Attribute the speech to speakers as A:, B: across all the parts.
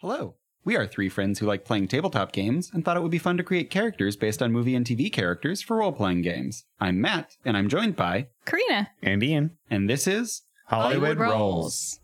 A: Hello. We are three friends who like playing tabletop games and thought it would be fun to create characters based on movie and TV characters for role playing games. I'm Matt, and I'm joined by,
B: Karina.
C: And Ian.
A: and this is
C: Hollywood, Rolls.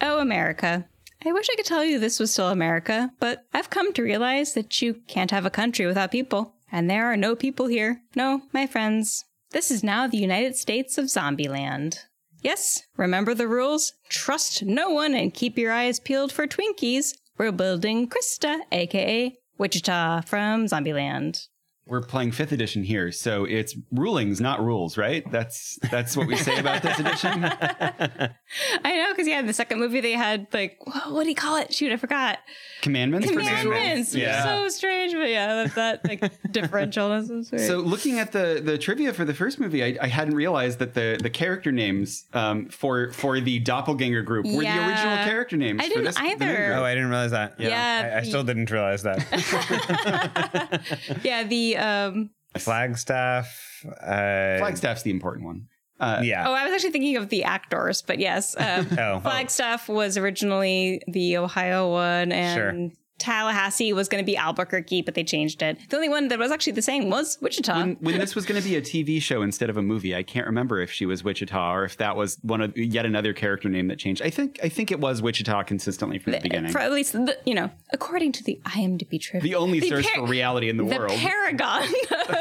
B: Oh, America. I wish I could tell you this was still America, but I've come to realize that you can't have a country without people. And there are no people here. No, my friends. This is now the United States of Zombieland. Yes, remember the rules. Trust no one and keep your eyes peeled for Twinkies. We're building Krista, aka Wichita, from Zombieland.
A: We're playing fifth edition here, so it's rulings, not rules, right? That's that's what we say about this edition.
B: I know, because yeah, in the second movie they had like, wha- what do you call it? Shoot, I forgot.
A: Commandments. for sure.
B: Commandments.
A: Yeah.
B: So strange, but yeah, that, that like differential. is so strange.
A: So looking at the the trivia for the first movie, I, I hadn't realized that the the character names um, for for the doppelganger group were the original
B: Yeah.
A: character names.
B: I
A: for
B: didn't
A: this, the main
B: either.
A: group.
C: Oh, I didn't realize that.
B: Yeah.
C: I, I still didn't realize that.
B: yeah, the um.
C: Flagstaff. Uh,
A: Flagstaff's the important one. Uh,
B: Oh,
C: Yeah.
B: I was actually thinking of the actors, but yes, um,
C: Oh.
B: Flagstaff was originally the Ohio one, and Tallahassee was going to be Albuquerque, but they changed it. The only one that was actually the same was Wichita.
A: When, when this was going to be a TV show instead of a movie, I can't remember if she was Wichita or if that was one of yet another character name that changed. I think I think it was Wichita consistently from the, beginning.
B: For at least, the, you know, according to the IMDb trivia,
A: the only
B: the
A: source
B: par-
A: for reality in the,
B: the
A: world.
B: paragon of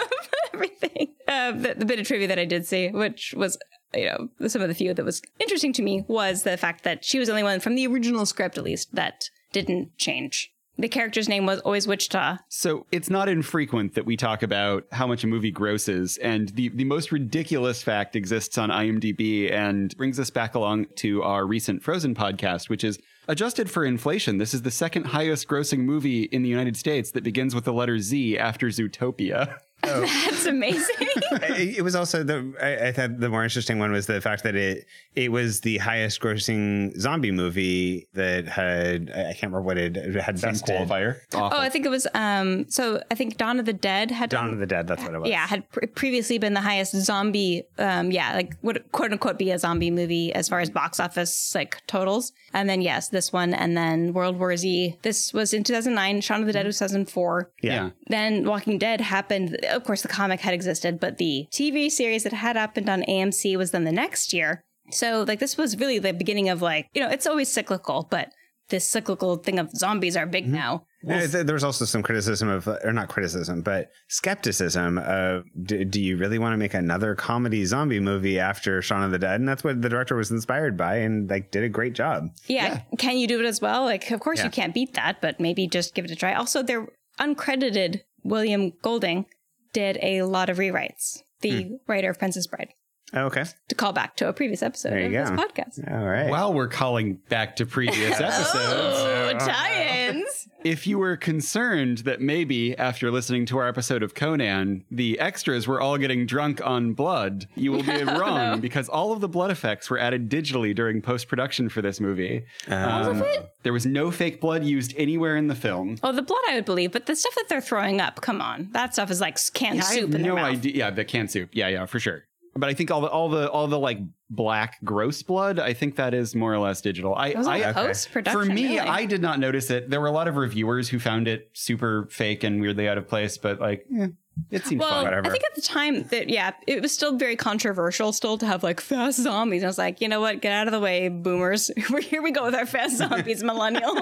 B: everything. Uh, the, the bit of trivia that I did see, which was you know some of the few that was interesting to me, was the fact that she was the only one from the original script, at least, that didn't change. The character's name was always Wichita.
A: So it's not infrequent that we talk about how much a movie grosses, and the, the most ridiculous fact exists on IMDb and brings us back along to our recent Frozen podcast, which is adjusted for inflation. This is the second highest grossing movie in the United States that begins with the letter Z after Zootopia.
B: That's amazing.
C: it it was also the I, I thought the more interesting one was the fact that it it was the highest grossing zombie movie that had I I can't remember what it, it had
A: Best
C: bested.
A: qualifier.
B: oh,
A: Awful.
B: I think it was. Um, so I think Dawn of the Dead had
C: Dawn of the Dead. That's what it was.
B: yeah had pre- previously been the highest zombie um yeah like would quote unquote be a zombie movie as far as box office like totals and then yes this one and then world war z this was in 2009 shaun of the dead was 2004
C: Yeah.
B: then walking dead happened of course the comic had existed but the tv series that had happened on amc was then the next year so like this was really the beginning of like you know it's always cyclical but this cyclical thing of zombies are big now
C: Uh, th- there was also some criticism of, uh, or not criticism, but skepticism of, d- do you really want to make another comedy zombie movie after Shaun of the Dead? And that's what the director was inspired by, and like did a great job.
B: Yeah. Can you do it as well? Like, of course
C: Yeah.
B: you can't beat that, but maybe just give it a try. Also, their uncredited William Golding did a lot of rewrites, the writer of Princess Bride,
C: Okay,
B: to call back to a previous episode
C: There
B: of
C: you
B: this
C: go.
B: podcast.
C: all right.
A: While we're calling back to previous episodes,
B: Oh, tie-ins.
A: if you were concerned that maybe after listening to our episode of Conan, the extras were all getting drunk on blood, you will be wrong because all of the blood effects were added digitally during post production for this movie. Um, There was no fake blood used anywhere in the film.
B: Well, the blood I would believe, but the stuff that they're throwing up, come on. That stuff is like canned
A: I
B: soup
A: have
B: in
A: no
B: their mouth.
A: idea. Yeah, the canned soup. Yeah, yeah, for sure. But I think all the all the all the like black gross blood. I think that is more or less digital. I,
B: It was all
A: I
B: post-production.
A: For me,
B: really.
A: I did not notice it. There were a lot of reviewers who found it super fake and weirdly out of place, but like, eh, it seemed
B: Well,
A: fine.
C: Whatever.
B: I think at the time that yeah, it was still very controversial still to have like fast zombies. And I was like, you know what, get out of the way, boomers. We're here we go with our fast zombies, millennials.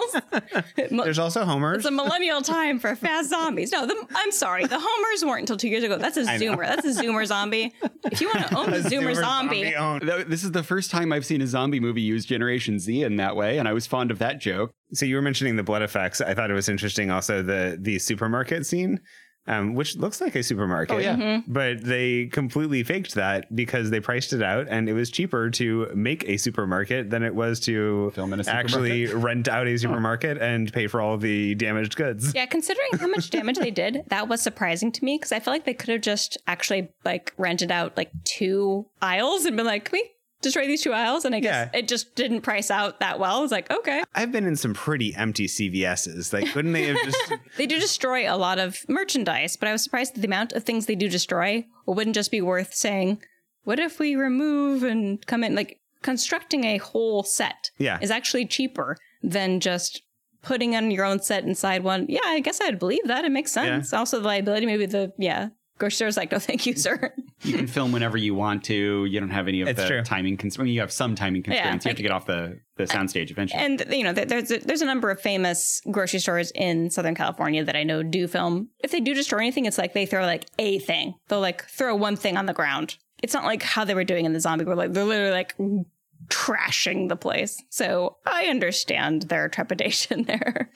B: Mo-
C: There's also Homer's.
B: it's a millennial time for fast zombies. No, the, I'm sorry, the homers weren't until two years ago. That's a zoomer. That's a zoomer zombie. If you want to own a zoomer, zombie,
C: owned.
A: Th- This is the first time I've seen a zombie movie use Generation Z in that way, and I was fond of that joke.
C: So you were mentioning the blood effects. I thought it was interesting. Also the the supermarket scene. Um, which looks like a supermarket,
A: Oh, yeah.
C: but they completely faked that because they priced it out, and it was cheaper to make a supermarket than it was to
A: Film in a
C: actually rent out a supermarket and pay for all the damaged goods.
B: Yeah, considering how much damage they did, that was surprising to me because I feel like they could have just actually like rented out like two aisles and been like, "Can we destroy these two aisles?" And I guess
C: Yeah.
B: it just didn't price out that well. I was like, "Okay."
C: I've been in some pretty empty CVS's. Like, couldn't they have just?
B: They do destroy a lot of merchandise, but I was surprised that the amount of things they do destroy wouldn't just be worth saying, what if we remove and come in like constructing a whole set
C: Yeah.
B: is actually cheaper than just putting on your own set inside one. Yeah, I guess I'd believe that. It makes sense. Also, the liability, maybe the, yeah. Grocery store's like, no, thank you, sir.
A: You can film whenever you want to. You don't have any of
C: It's
A: the
C: true.
A: timing constraints. I mean, you have some timing constraints. you have
B: like-
A: to get off the, the soundstage eventually.
B: and, you know, there- there's a, there's a number of famous grocery stores in Southern California that I know do film. If they do destroy anything, it's like they throw like a thing. They'll like throw one thing on the ground. It's not like how they were doing in the zombie world. Like, they're literally like trashing the place. So I understand their trepidation there.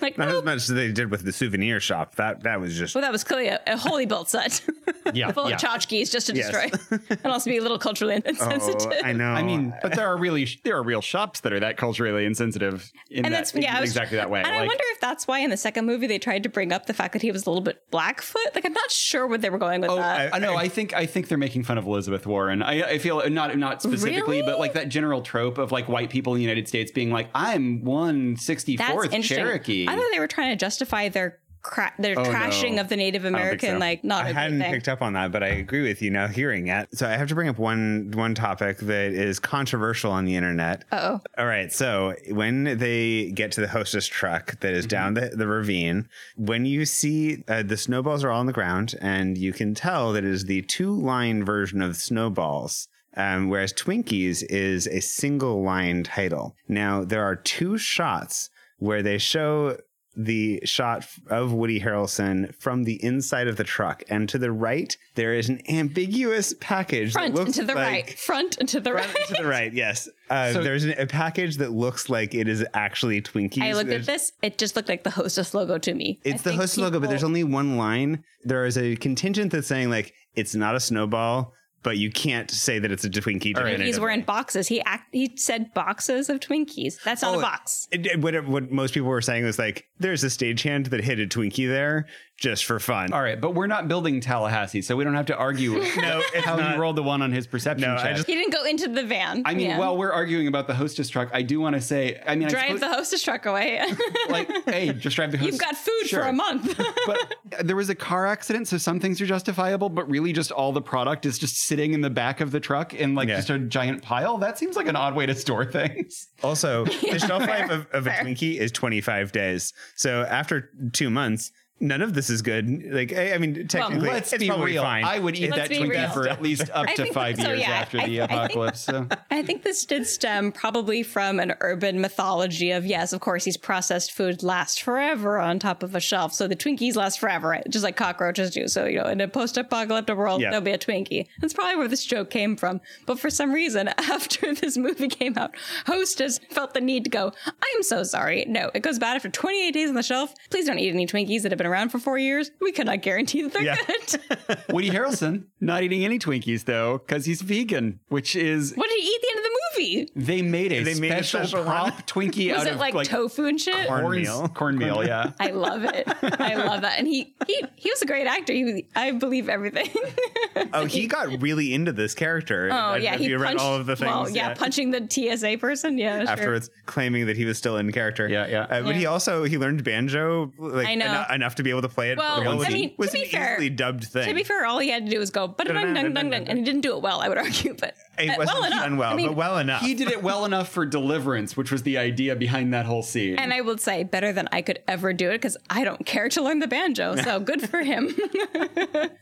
B: Like,
C: Not
B: nope.
C: as much as they did with the souvenir shop. That that was just
B: Well, that was clearly a, a wholly built set
A: yeah.
B: full
A: yeah.
B: of tchotchkes just to
C: Yes.
B: destroy and also be a little culturally insensitive.
C: Oh, I know.
A: I mean, but there are really there are real shops that are that culturally insensitive in
B: And
A: that,
B: that's- yeah, I was-
A: exactly that way.
B: And I
A: Like,
B: wonder if that's why in the second movie they tried to bring up the fact that he was a little bit Blackfoot. Like, I'm not sure where they were going with
A: Oh,
B: that.
A: I, I know. I think I think they're making fun of Elizabeth Warren. I, I feel not not specifically,
B: Really?
A: but like that general trope of like white people in the United States being like, "I'm one sixty
B: that's
A: fourth
B: interesting.
A: Cherokee."
B: I thought they were trying to justify their cra- their
A: Oh,
B: trashing
A: no.
B: of the Native
A: think
B: American,
A: so.
B: like not
C: I
B: a good
C: hadn't
B: thing.
C: picked up on that, but I agree with you now hearing it. So I have to bring up one one topic that is controversial on the internet.
B: Uh oh.
C: All right, so when they get to the hostess truck that is down the, the ravine, when you see uh, the snowballs are all on the ground, and you can tell that it is the two line version of snowballs. Um, whereas Twinkies is a single line title. Now, there are two shots where they show the shot of Woody Harrelson from the inside of the truck. And to the right, there is an ambiguous package.
B: Front
C: that looks
B: and to the
C: like-
B: right. Front and to the
C: Front
B: right.
C: and to the right, yes. Uh,
A: So-
C: there's an, a package that looks like it is actually Twinkies.
B: I looked at
C: There's-
B: this. It just looked like the hostess logo to me. I
C: It's the
B: think
C: host logo, but
B: people-
C: there's only one line. There is a contingent that's saying like it's not a snowball, but you can't say that it's a Twinkie.
A: All right.
B: Twinkies
C: definitively.
B: were in boxes. He act, he said boxes of Twinkies. That's not
C: Oh,
B: a box.
C: It- it- what, what most people were saying was like, there's a stagehand that hid a Twinkie there just for fun.
A: All right, but we're not building Tallahassee, so we don't have to argue. no, how
C: not.
A: you rolled the one on his perception
C: No, I
A: check.
C: just-
B: He didn't go into the van.
A: I mean,
B: Yeah.
A: while we're arguing about the hostess truck, I do want to say, I mean, I
B: drive the
A: suppose,
B: hostess truck away.
A: like, hey, just drive the hostess.
B: You've got food
A: Sure.
B: for a month.
A: but there was a car accident, so some things are justifiable, but really just all the product is just sitting in the back of the truck in like
C: Yeah.
A: just a giant pile. That seems like an odd way to store things.
C: Also, the shelf life of, of a
B: fair.
C: Twinkie is 25 days. So after two months, none of this is good. Like, I, I mean, technically,
A: Let's
C: it's
A: be
C: probably
A: real.
C: fine.
A: I would eat
B: Let's
A: that
B: be
A: Twinkie
B: real.
A: for at least up
B: I
A: to
B: think
A: five
B: so,
A: years
B: yeah.
A: after
B: I-
A: the
B: I think-
A: apocalypse. so.
B: I think this did stem probably from an urban mythology of yes, of course, these processed food lasts forever on top of a shelf. So the Twinkies last forever, right? just like cockroaches do. So you know, in a post-apocalyptic world,
C: Yeah.
B: there'll be a Twinkie. That's probably where this joke came from. But for some reason, after this movie came out, Hostess felt the need to go. I'm so sorry. No, it goes bad after 28 days on the shelf. Please don't eat any Twinkies that have been around for four years. We cannot guarantee that they're
C: Yeah.
B: good.
A: Woody Harrelson not eating any Twinkies though, because he's vegan, which is
B: what did he eat at the end of the movie?
A: they made a,
C: They made a
A: special,
C: special one.
A: prop Twinkie
B: Was
A: out
B: it
A: of
B: like, tofu and shit?
A: cornmeal.
C: Cornmeal.
A: Cornmeal, yeah.
B: I love it. I love that. And he he he was a great actor. He, I believe everything.
C: oh, he got really into this character.
B: oh yeah, he
C: you read
B: punched,
C: all of the things.
B: well, yeah, punching the TSA person. Yeah, sure.
C: afterwards, claiming that he was still in character.
A: Yeah, yeah.
C: Uh, but
B: Yeah.
C: he also he learned banjo like
B: I know.
C: eno- enough to be able to play it.
B: Well,
C: for
B: I
C: one scene.
B: mean, to
C: was
B: be
C: an
B: fair-
C: easily dubbed thing.
B: To be fair, all he had to do was go, but dung dung dung dung, and he didn't do it well. I would argue, but uh,
C: it wasn't
B: well enough.
C: done well,
B: I mean,
C: but well enough.
A: He did it well enough for Deliverance, which was the idea behind that whole scene.
B: And I will say, better than I could ever do it because I don't care to learn the banjo. So good for him.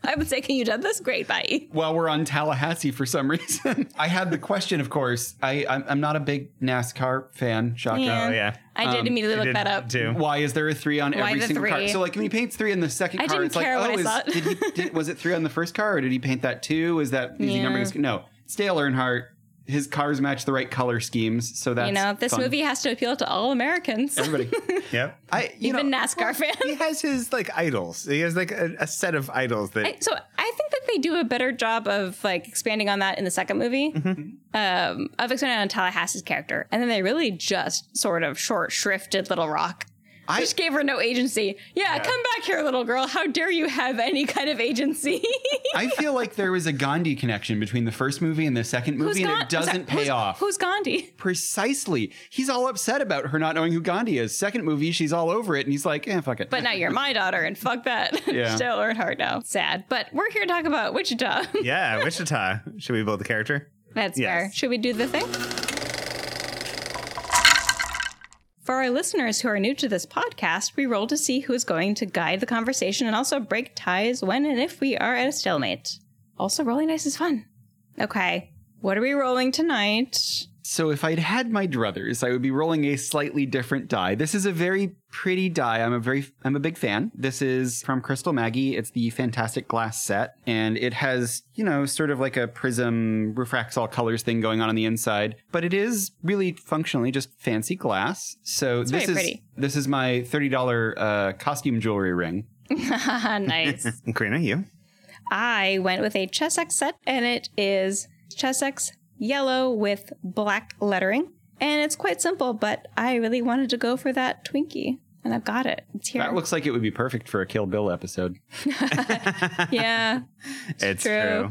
B: I would say, can you do this? Great, bye.
A: while we're on Tallahassee for some reason. I had the question, of course. I I'm, I'm not a big NASCAR fan. Shotgun.
B: And
C: Oh, yeah. Um,
B: I did immediately
C: He
B: look
C: did
B: that up.
C: too.
A: Why is there a three on
B: Why
A: every
B: the
A: single car?
B: three?
A: So like when he paints three in the second
B: I
A: car,
B: didn't
A: it's
B: care
A: like,
B: what
A: oh,
B: I
A: is,
B: thought.
A: did he did, was it three on the first car or did he paint that two? Is that is he
B: Yeah.
A: numbering his no? It's Dale Earnhardt. His cars match the right color schemes, so that's
B: You know, this
A: fun.
B: movie has to appeal to all Americans,
A: Everybody,
C: Yep.
A: I you
B: even
A: know,
B: NASCAR fans.
C: He has his like idols. He has like a, a set of idols that
B: I, so I think that they do a better job of like expanding on that in the second movie,
A: Mm-hmm.
B: um, of expanding on Tallahassee's character, and then they really just sort of short shrifted Little Rock.
A: I-
B: just gave her no agency. Yeah, come back here, little girl. How dare you have any kind of agency?
A: I feel like there was a Gandhi connection between the first movie and the second
B: Who's
A: movie, and
B: Gan-
A: it doesn't
B: who's-
A: pay off.
B: Who's Gandhi?
A: Precisely. He's all upset about her not knowing who Gandhi is. Second movie, she's all over it, and he's like, eh, fuck it.
B: But now you're my daughter, and fuck that.
A: Yeah.
B: Still Earnhardt now. Sad. But we're here to talk about Wichita.
C: Yeah, Wichita. Should we build the character?
B: That's
C: Yes.
B: fair. Should we do the thing? For our listeners who are new to this podcast, we roll to see who is going to guide the conversation and also break ties when and if we are at a stalemate. Also, rolling dice is fun. Okay, what are we rolling tonight?
A: So if I'd had my druthers, I would be rolling a slightly different die. This is a very pretty die. I'm a very I'm a big fan. This is from Crystal Maggie. It's the Fantastic Glass set, and it has you know sort of like a prism refracts all colors thing going on on the inside, but it is really functionally just fancy glass. So this
B: very
A: is
B: pretty.
A: this is my thirty dollar uh, costume jewelry ring.
B: Ah, nice.
C: Karina, you?
B: I went with a Chessex set, and it is Chessex yellow with black lettering. And it's quite simple, but I really wanted to go for that Twinkie, and I've got it. It's here.
A: That looks like it would be perfect for a Kill Bill episode.
B: yeah.
C: It's
B: True.
C: true.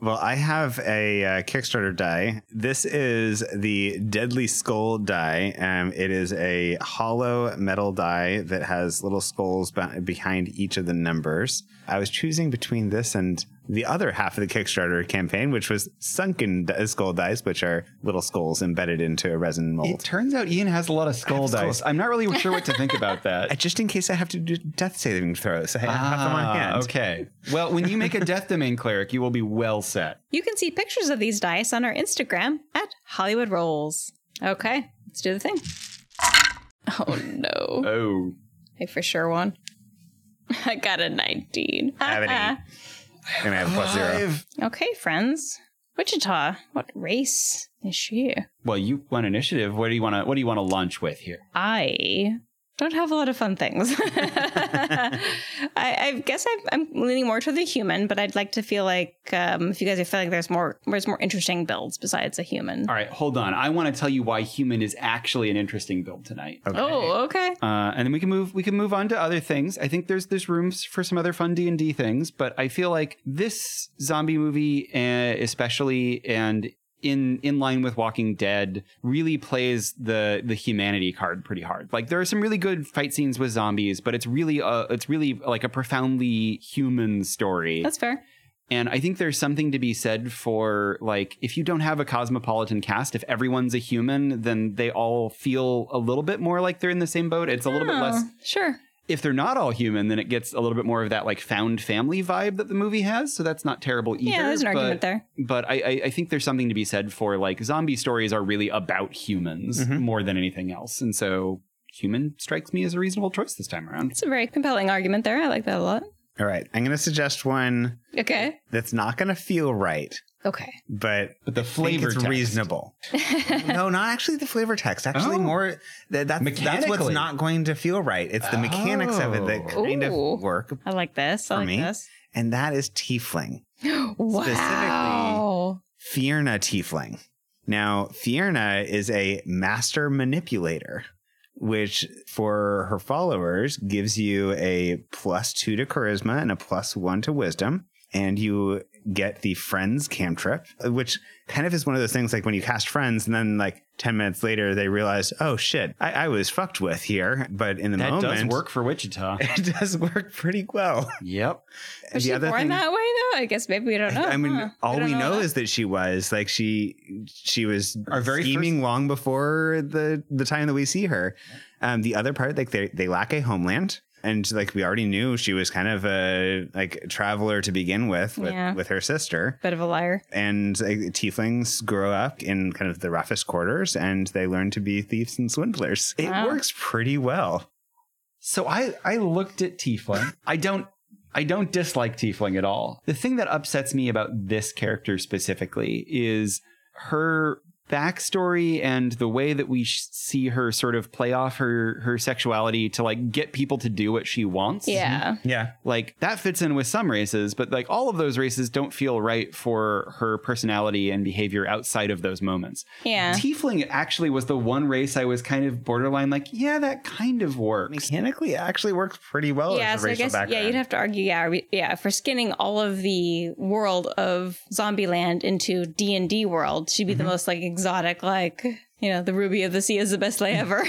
C: Well, I have a uh, Kickstarter die. This is the Deadly Skull die. Um, it is a hollow metal die that has little skulls be- behind each of the numbers. I was choosing between this and the other half of the Kickstarter campaign, which was sunken di- skull dice, which are little skulls embedded into a resin mold.
A: It turns out Ian has a lot of skull dice. I'm not really sure what to think about that.
C: Uh, just in case I have to do death saving throws, I have them
A: Ah,
C: on hand.
A: Okay. Well, when you make a death domain cleric, you will be well set.
B: You can see pictures of these dice on our Instagram at Hollywood Rolls. Okay, let's do the thing. Oh
C: Uh,
B: no.
A: Oh.
B: I for sure won. I got a 19.
C: I have an eight. And I have a plus zero.
B: okay, friends. Wichita, what race is she?
A: Well, you want initiative. What do you want to what do you want to launch with here?
B: I don't have a lot of fun things. I, I guess I've, I'm leaning more to the human, but I'd like to feel like um, if you guys feel like there's more there's more interesting builds besides a human.
A: All right, hold on. I want to tell you why human is actually an interesting build tonight.
C: Okay.
B: Oh, okay.
A: Uh, and then we can move we can move on to other things. I think there's there's rooms for some other fun D and D things, but I feel like this zombie movie, uh, especially and in in line with Walking Dead, really plays the the humanity card pretty hard. Like there are some really good fight scenes with zombies, but it's really uh it's really like a profoundly human story.
B: That's fair.
A: And I think there's something to be said for like if you don't have a cosmopolitan cast, if everyone's a human, then they all feel a little bit more like they're in the same boat. It's a little bit
B: Oh,
A: less
B: Sure.
A: if they're not all human, then it gets a little bit more of that like found family vibe that the movie has. So that's not terrible either.
B: Yeah, there's an
A: but,
B: argument there.
A: But I, I, I think there's something to be said for like zombie stories are really about humans
C: Mm-hmm.
A: more than anything else. And so human strikes me as a reasonable choice this time around.
B: It's a very compelling argument there. I like that a lot.
C: All right. I'm going to suggest one
B: Okay.
C: that's not going to feel right,
B: Okay.
C: but
A: But the
C: flavor
A: flavor
C: it's
A: text.
C: reasonable. no, not actually the flavor text. Actually,
A: Oh.
C: more that, that's that's what's
A: Mechanically.
C: not going to feel right. It's the mechanics of it that kind
B: Ooh.
C: of work,
B: I like this. I
C: For
B: like
C: me?
B: this.
C: and that is tiefling,
B: Wow.
C: Fierna tiefling. Now, Fierna is a master manipulator, which for her followers gives you a plus two to charisma and a plus one to wisdom. And you get the friends cantrip, which kind of is one of those things like when you cast friends and then like 10 minutes later they realize, oh shit, I, I was fucked with here. But in the
A: That
C: moment,
A: does work for Wichita.
C: It does work pretty well.
A: yep.
B: Was she born that way though? I guess maybe we don't know.
C: I mean,
B: huh?
C: all
B: Uh-huh. don't
C: we know,
B: that.
C: is that she was like she she was
A: Our very
C: scheming long before the the time that we see her. Um, the other part, like they they lack a homeland, and like we already knew she was kind of a like traveler to begin with with,
B: Yeah.
C: with her sister.
B: bit of a liar.
C: And like, tieflings grow up in kind of the roughest quarters, and they learn to be thieves and swindlers. It
B: Wow.
C: works pretty well.
A: So I I looked at Tiefling. I don't I don't dislike Tiefling at all. The thing that upsets me about this character specifically is her backstory and the way that we sh- see her sort of play off her her sexuality to like get people to do what she wants.
B: Yeah.
C: Yeah.
A: Like that fits in with some races, but like all of those races don't feel right for her personality and behavior outside of those moments.
B: Yeah.
A: Tiefling actually was the one race I was kind of borderline like, yeah, that kind of works.
C: Mechanically, it actually works pretty well
B: yeah,
C: as a
B: so I
C: racial
B: guess
C: background.
B: yeah, you'd have to argue yeah, we, yeah, for skinning all of the world of Zombieland into D and D world, she'd be
C: Mm-hmm.
B: the most like exotic, like you know, the ruby of the sea is the best lay ever.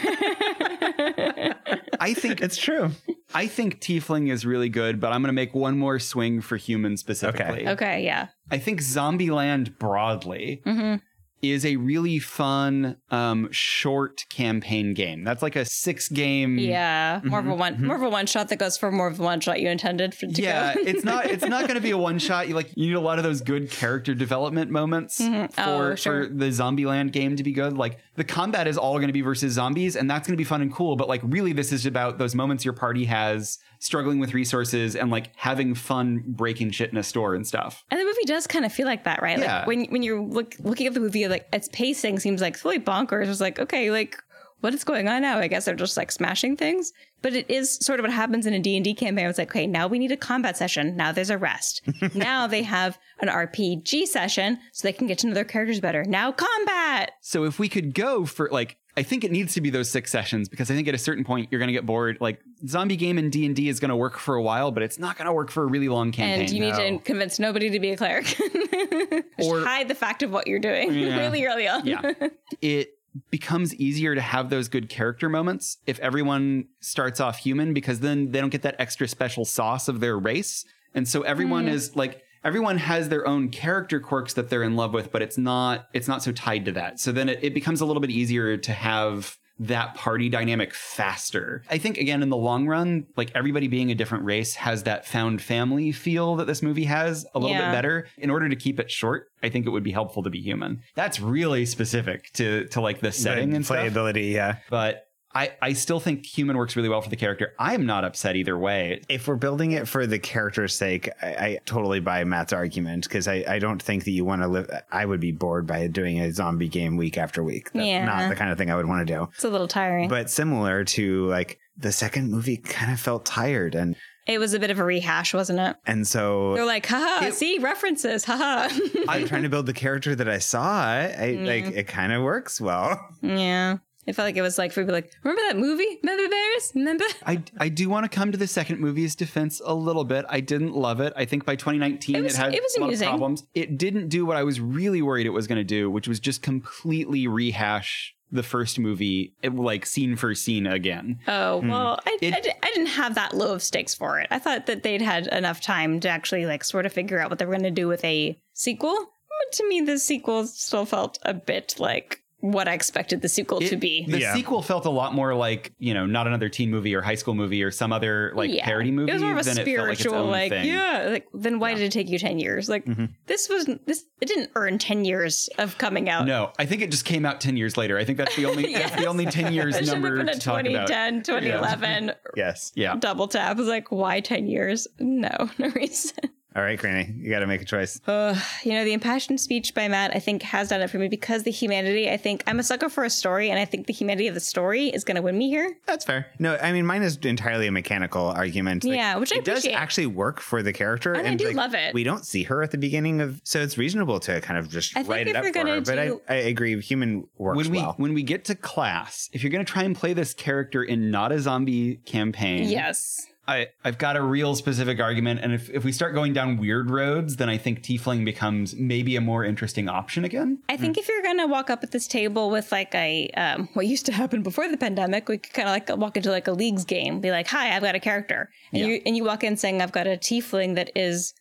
A: I think
C: it's true.
A: I think Tiefling is really good, but I'm going to make one more swing for human specifically.
B: okay, yeah,
A: I think Zombieland broadly
B: Mhm.
A: is a really fun um, short campaign game. That's like a six game.
B: yeah, more
A: Mm-hmm.
B: of a one, more of a one shot that goes for more of the one shot you intended for to
A: Yeah,
B: go.
A: it's not it's not going to be a one shot. You like you need a lot of those good character development moments
B: Oh,
A: for
B: sure.
A: for the Zombieland game to be good. Like the combat is all going to be versus zombies, and that's going to be fun and cool. But like really, this is about those moments your party has struggling with resources and like having fun breaking shit in a store and stuff.
B: And the movie does kind of feel like that, right?
A: Yeah.
B: Like when when you're look, looking at the movie, like its pacing seems like fully bonkers. It's like okay, like what is going on now? I guess they're just like smashing things. But it is sort of what happens in a D and D campaign. It's like okay, now we need a combat session. Now there's a rest. now they have an RPG session so they can get to know their characters better. Now combat.
A: So if we could go for like I think it needs to be those six sessions because I think at a certain point you're going to get bored. Like zombie game in D&D is going to work for a while, but it's not going to work for a really long campaign.
B: And you need to convince nobody to be a cleric. Just
A: Or-
B: hide the fact of what you're doing
A: Yeah.
B: really early on.
A: yeah. It becomes easier to have those good character moments if everyone starts off human because then they don't get that extra special sauce of their race. And so everyone is like everyone has their own character quirks that they're in love with, but it's not it's not so tied to that. So then it, it becomes a little bit easier to have that party dynamic faster. I think again in the long run, like everybody being a different race has that found family feel that this movie has a little
B: Yeah.
A: bit better. In order to keep it short, I think it would be helpful to be human. That's really specific to to like the setting
C: The
A: and stuff.
C: playability, yeah.
A: But I I still think human works really well for the character. I'm not upset either way.
C: If we're building it for the character's sake, I, I totally buy Matt's argument because I, I don't think that you want to live. I would be bored by doing a zombie game week after week. That's
B: Yeah.
C: not the kind of thing I would want to do.
B: It's a little tiring.
C: But similar to like the second movie, kind of felt tired and
B: it was a bit of a rehash, wasn't it?
C: and so
B: They're like, haha, see references, haha.
C: I'm trying to build the character that I saw. I like it kind of works well.
B: yeah. I felt like it was like for people like, remember that movie? Remember Bears? Remember?
A: I, I do want to come to the second movie's defense a little bit. I didn't love it. I think by 2019
B: It
A: it,
B: was-
A: had
B: it was
A: a lot of
B: amusing.
A: problems. It didn't do what I was really worried it was going to do, which was just completely rehash the first movie, it- like scene for scene again.
B: Oh, well, I, I
A: Hmm. It-
B: di- I didn't have that low of stakes for it. I thought that they'd had enough time to actually like sort of figure out what they were going to do with a sequel. But to me, the sequel still felt a bit like what I expected the sequel to
A: It-
B: be.
A: The
C: Yeah.
A: sequel felt a lot more like you know, not another teen movie or high school movie or some other like
B: Yeah.
A: parody movie.
B: It was more of a
A: than it felt like, its
B: spiritual,
A: own
B: like,
A: thing.
B: yeah, Mm-hmm. like then why did it take you ten years? Like this was this it didn't earn ten years of coming out.
A: No, I think it just came out ten years later. I think that's the only that's the
B: Yes.
A: only ten years
B: It should have
A: number
B: been a
A: to talk about.
B: 2010, 2011
C: Yes.
A: Yeah,
B: double tap. I was like, why 10 years? No, no reason.
C: All right, Granny, you got to make a choice.
B: Ugh. you know, the impassioned speech by Matt, I think, has done it for me because the humanity, I think, I'm a sucker for a story, and I think the humanity of the story is going to win me here.
C: That's fair. No, I mean mine is entirely a mechanical argument. Like,
B: Yeah, which I
C: it does
B: appreciate.
C: actually work for the character,
B: And I do love it.
C: We don't see her at the beginning of, so it's reasonable to kind of just
B: I think
C: write
B: if
C: it up
B: you're
C: for
B: gonna
C: her. But I,
B: do-
C: I agree, human works
A: when we
C: well.
A: when we get to class, if you're going to try and play this character in not a zombie campaign,
B: Yes.
A: I I've got a real specific argument, and if if we start going down weird roads, then I think Tiefling becomes maybe a more interesting option again.
B: I think if you're gonna walk up at this table with like a um, what used to happen before the pandemic, we could kind of like walk into like a leagues game, be like, "Hi, I've got a character," and
A: Yeah.
B: you and you walk in saying, "I've got a tiefling that is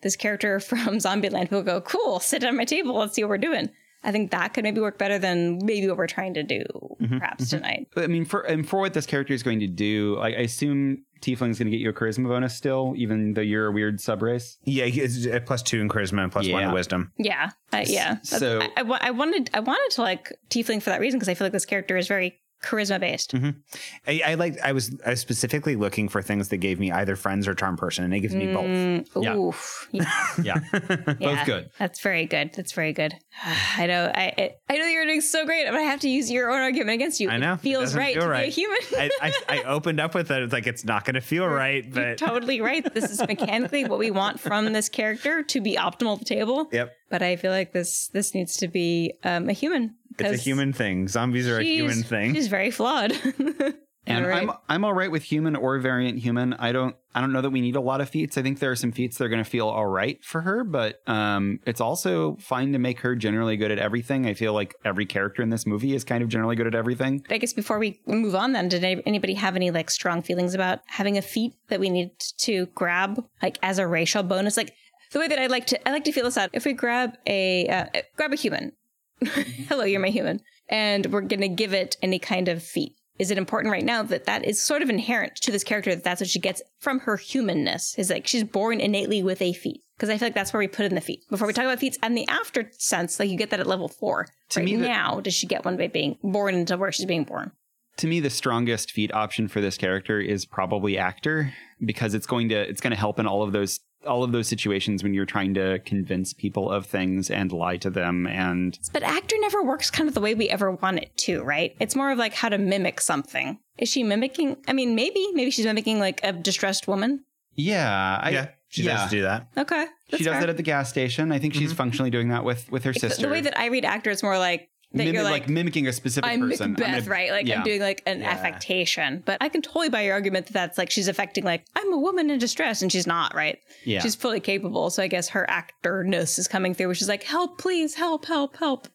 B: this character from Zombieland." People go, "Cool, sit at my table, let's see what we're doing." I think that could maybe work better than maybe what we're trying to do
A: Mm-hmm,
B: perhaps tonight.
A: But, I mean, for and for what this character is going to do, like I assume Tiefling's going to get you a charisma bonus still, even though you're a weird subrace.
C: yeah, it's a plus two in charisma and plus one in
A: Yeah.
C: wisdom.
B: Yeah, I yeah. That's-
A: so-
B: I, I, wa- I wanted I wanted to like tiefling for that reason because I feel like this character is very charisma based.
A: Mm-hmm.
C: I, I like. I was. I was specifically looking for things that gave me either friends or charm person, and it gives me
B: Mm.
C: both.
A: Yeah.
B: Oof. Yeah.
A: Yeah. Both good.
B: That's very good. That's very good. I know. I I- I know you're doing so great, but I have to use your own argument against you.
C: I know.
B: It
C: It
B: feels
C: doesn't
B: right
C: feel
B: to be a
C: right.
B: human.
C: I, I, I opened up with it. It's like it's not going to feel right, but
B: totally right. This is mechanically what we want from this character to be optimal at the table.
C: yep,
B: But I feel like this this needs to be um, a human.
C: it's a
B: 'cause
C: human thing. Zombies are a
B: she's-
C: human thing.
B: She's very flawed.
A: And
B: All right.
A: I'm I'm all right with human or variant human. I don't I don't know that we need a lot of feats. I think there are some feats that are going to feel all right for her, but um, it's also fine to make her generally good at everything. I feel like every character in this movie is kind of generally good at everything.
B: I guess before we move on, then, did any- anybody have any like strong feelings about having a feat that we need to grab like as a racial bonus? Like the way that I like to, I like to feel this out. If we grab a uh, uh, grab a human, hello, you're my human, and we're gonna give it any kind of feat. Is it important right now that that is sort of inherent to this character that that's what she gets from her humanness? Is like she's born innately with a feat because I feel like that's where we put in the feat before we talk about feats and the after sense. Like you get that at level four.
A: To
B: right
A: me that-
B: now, does she get one by being born into where she's being born?
A: To me, the strongest feat option for this character is probably actor because it's going to it's going to help in all of those all of those situations when you're trying to convince people of things and lie to them and
B: But actor never works kind of the way we ever want it to, right? It's more of like how to mimic something. Is she mimicking? I mean, maybe, maybe she's mimicking like a distressed woman.
A: yeah, I,
C: yeah, she
A: yeah.
C: does do that.
B: Okay,
A: she does
B: fair.
A: that at the gas station. I think she's functionally doing that with with her
B: The-
A: sister.
B: The way that I read actor is more like that
A: Mimi-
B: you're
A: like,
B: like,
A: mimicking a specific
B: I'm
A: person. I'm
B: Macbeth,
A: gonna-
B: right? Like
A: yeah.
B: I'm doing like an
C: Yeah.
B: affectation. But I can totally buy your argument that that's like she's affecting like I'm a woman in distress, and she's not, right?
A: Yeah.
B: She's fully capable. So I guess her actorness is coming through, which is like, help, please, help, help, help.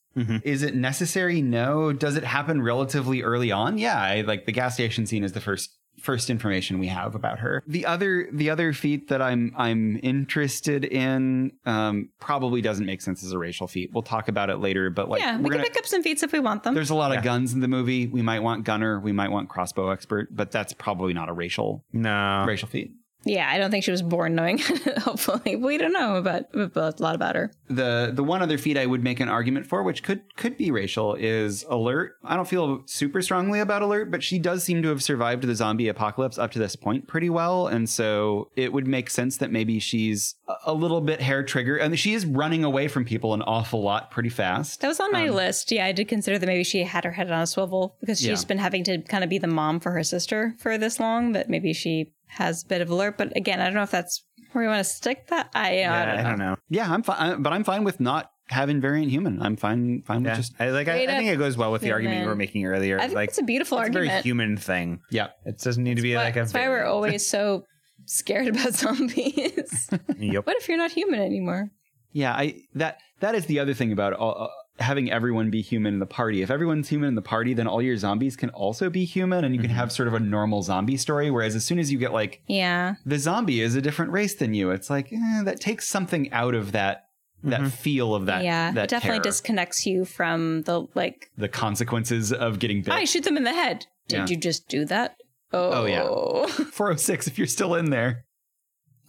A: Is it necessary? No. Does it happen relatively early on? Yeah, I, like the gas station scene is the first first information we have about her. The other the other feat that I'm I'm interested in um, probably doesn't make sense as a racial feat. We'll talk about it later, but like
B: yeah, we
A: we're
B: can
A: gonna,
B: pick up some feats if we want them.
A: there's a lot of guns in the movie. We might want gunner, we might want crossbow expert, but that's probably not a racial
C: No,
A: racial feat.
B: Yeah, I don't think she was born knowing. Hopefully, we don't know about, about a lot about her.
A: the the one other feat I would make an argument for, which could could be racial, is alert. I don't feel super strongly about alert, but she does seem to have survived the zombie apocalypse up to this point pretty well, and so it would make sense that maybe she's a- a little bit hair trigger, and she is running away from people an awful lot pretty fast.
B: That was on
C: Um,
B: my list. Yeah, I did consider that maybe she had her head on a swivel because she's
A: Yeah.
B: been having to kind of be the mom for her sister for this long. That maybe she has a bit of alert. But again, I don't know if that's where we want to stick that. I, uh,
C: Yeah,
B: I don't know.
C: know.
A: Yeah, I'm fine, but I'm fine with not having variant human. I'm fine fine
C: Yeah.
A: with just
C: I like. I, I
B: Straight up
C: think it goes well with the argument you
B: human.
C: were making earlier.
B: I think
C: like
B: it's a beautiful
C: it's a very
B: argument.
C: human thing.
A: yeah.
C: It doesn't need to be
B: But
C: like a.
B: that's why we're
C: very-
B: always so scared about zombies.
C: Yep.
B: what if you're not human anymore?
A: Yeah, I that that is the other thing about all, uh, having everyone be human in the party. If everyone's human in the party, then all your zombies can also be human, and you can have sort of a normal zombie story. Whereas as soon as you get like
B: Yeah,
A: the zombie is a different race than you, it's like eh, that takes something out of that
C: Mm-hmm.
A: that feel of that.
B: yeah.
A: that
B: it definitely
A: terror.
B: disconnects you from the like
A: the consequences of getting bit.
B: I shoot them in the head. Did
A: Yeah.
B: you just do that? Oh, yeah.
A: Four oh six. If you're still in there,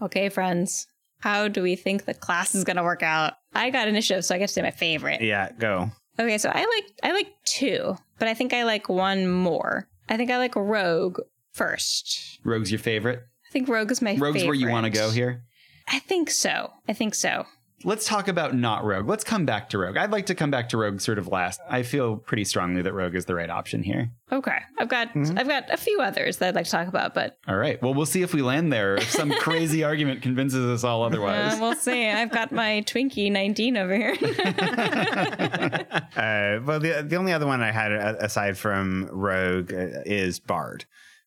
B: okay, friends. How do we think the class is gonna work out? I got initiative, so I get to say my favorite.
C: Yeah. Go.
B: Okay, so I like I like two, but I think I like one more. I think I like Rogue first.
A: Rogue's your favorite.
B: I think Rogue is my favorite.
A: Rogue's where you want to go here.
B: I think so. I think so.
A: Let's talk about not Rogue. Let's come back to Rogue. I'd like to come back to Rogue sort of last. I feel pretty strongly that Rogue is the right option here.
B: Okay, I've got
A: Mm-hmm.
B: I've got a few others that I'd like to talk about, but
A: All right. Well, we'll see if we land there. If some crazy argument convinces us all
B: uh,
A: otherwise.
B: we'll see. I've got my Twinkie 19 over here.
C: Uh, well, the the only other one I had uh, aside from Rogue uh, is Bard.